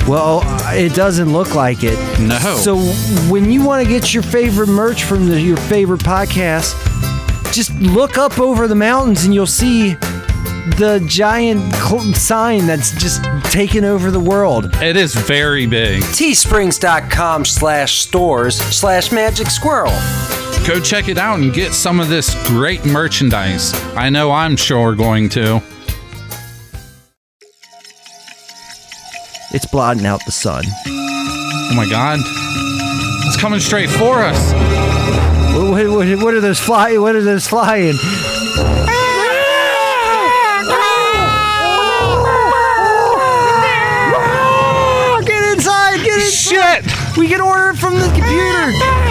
Speaker 1: Well, it doesn't look like it.
Speaker 2: No.
Speaker 1: So when you want to get your favorite merch from the, your favorite podcast, just look up over the mountains and you'll see the giant cl- sign that's just taken over the world.
Speaker 2: It is very big.
Speaker 1: Teesprings.com slash stores slash magic squirrel.
Speaker 2: Go check it out and get some of this great merchandise. I know I'm sure going to. Oh
Speaker 1: It's blotting out the sun.
Speaker 2: Oh my god. It's coming straight for us.
Speaker 1: What, what, what, what are those fly? What are those flying? Get inside! Get inside!
Speaker 2: Shit!
Speaker 1: We can order it from the computer.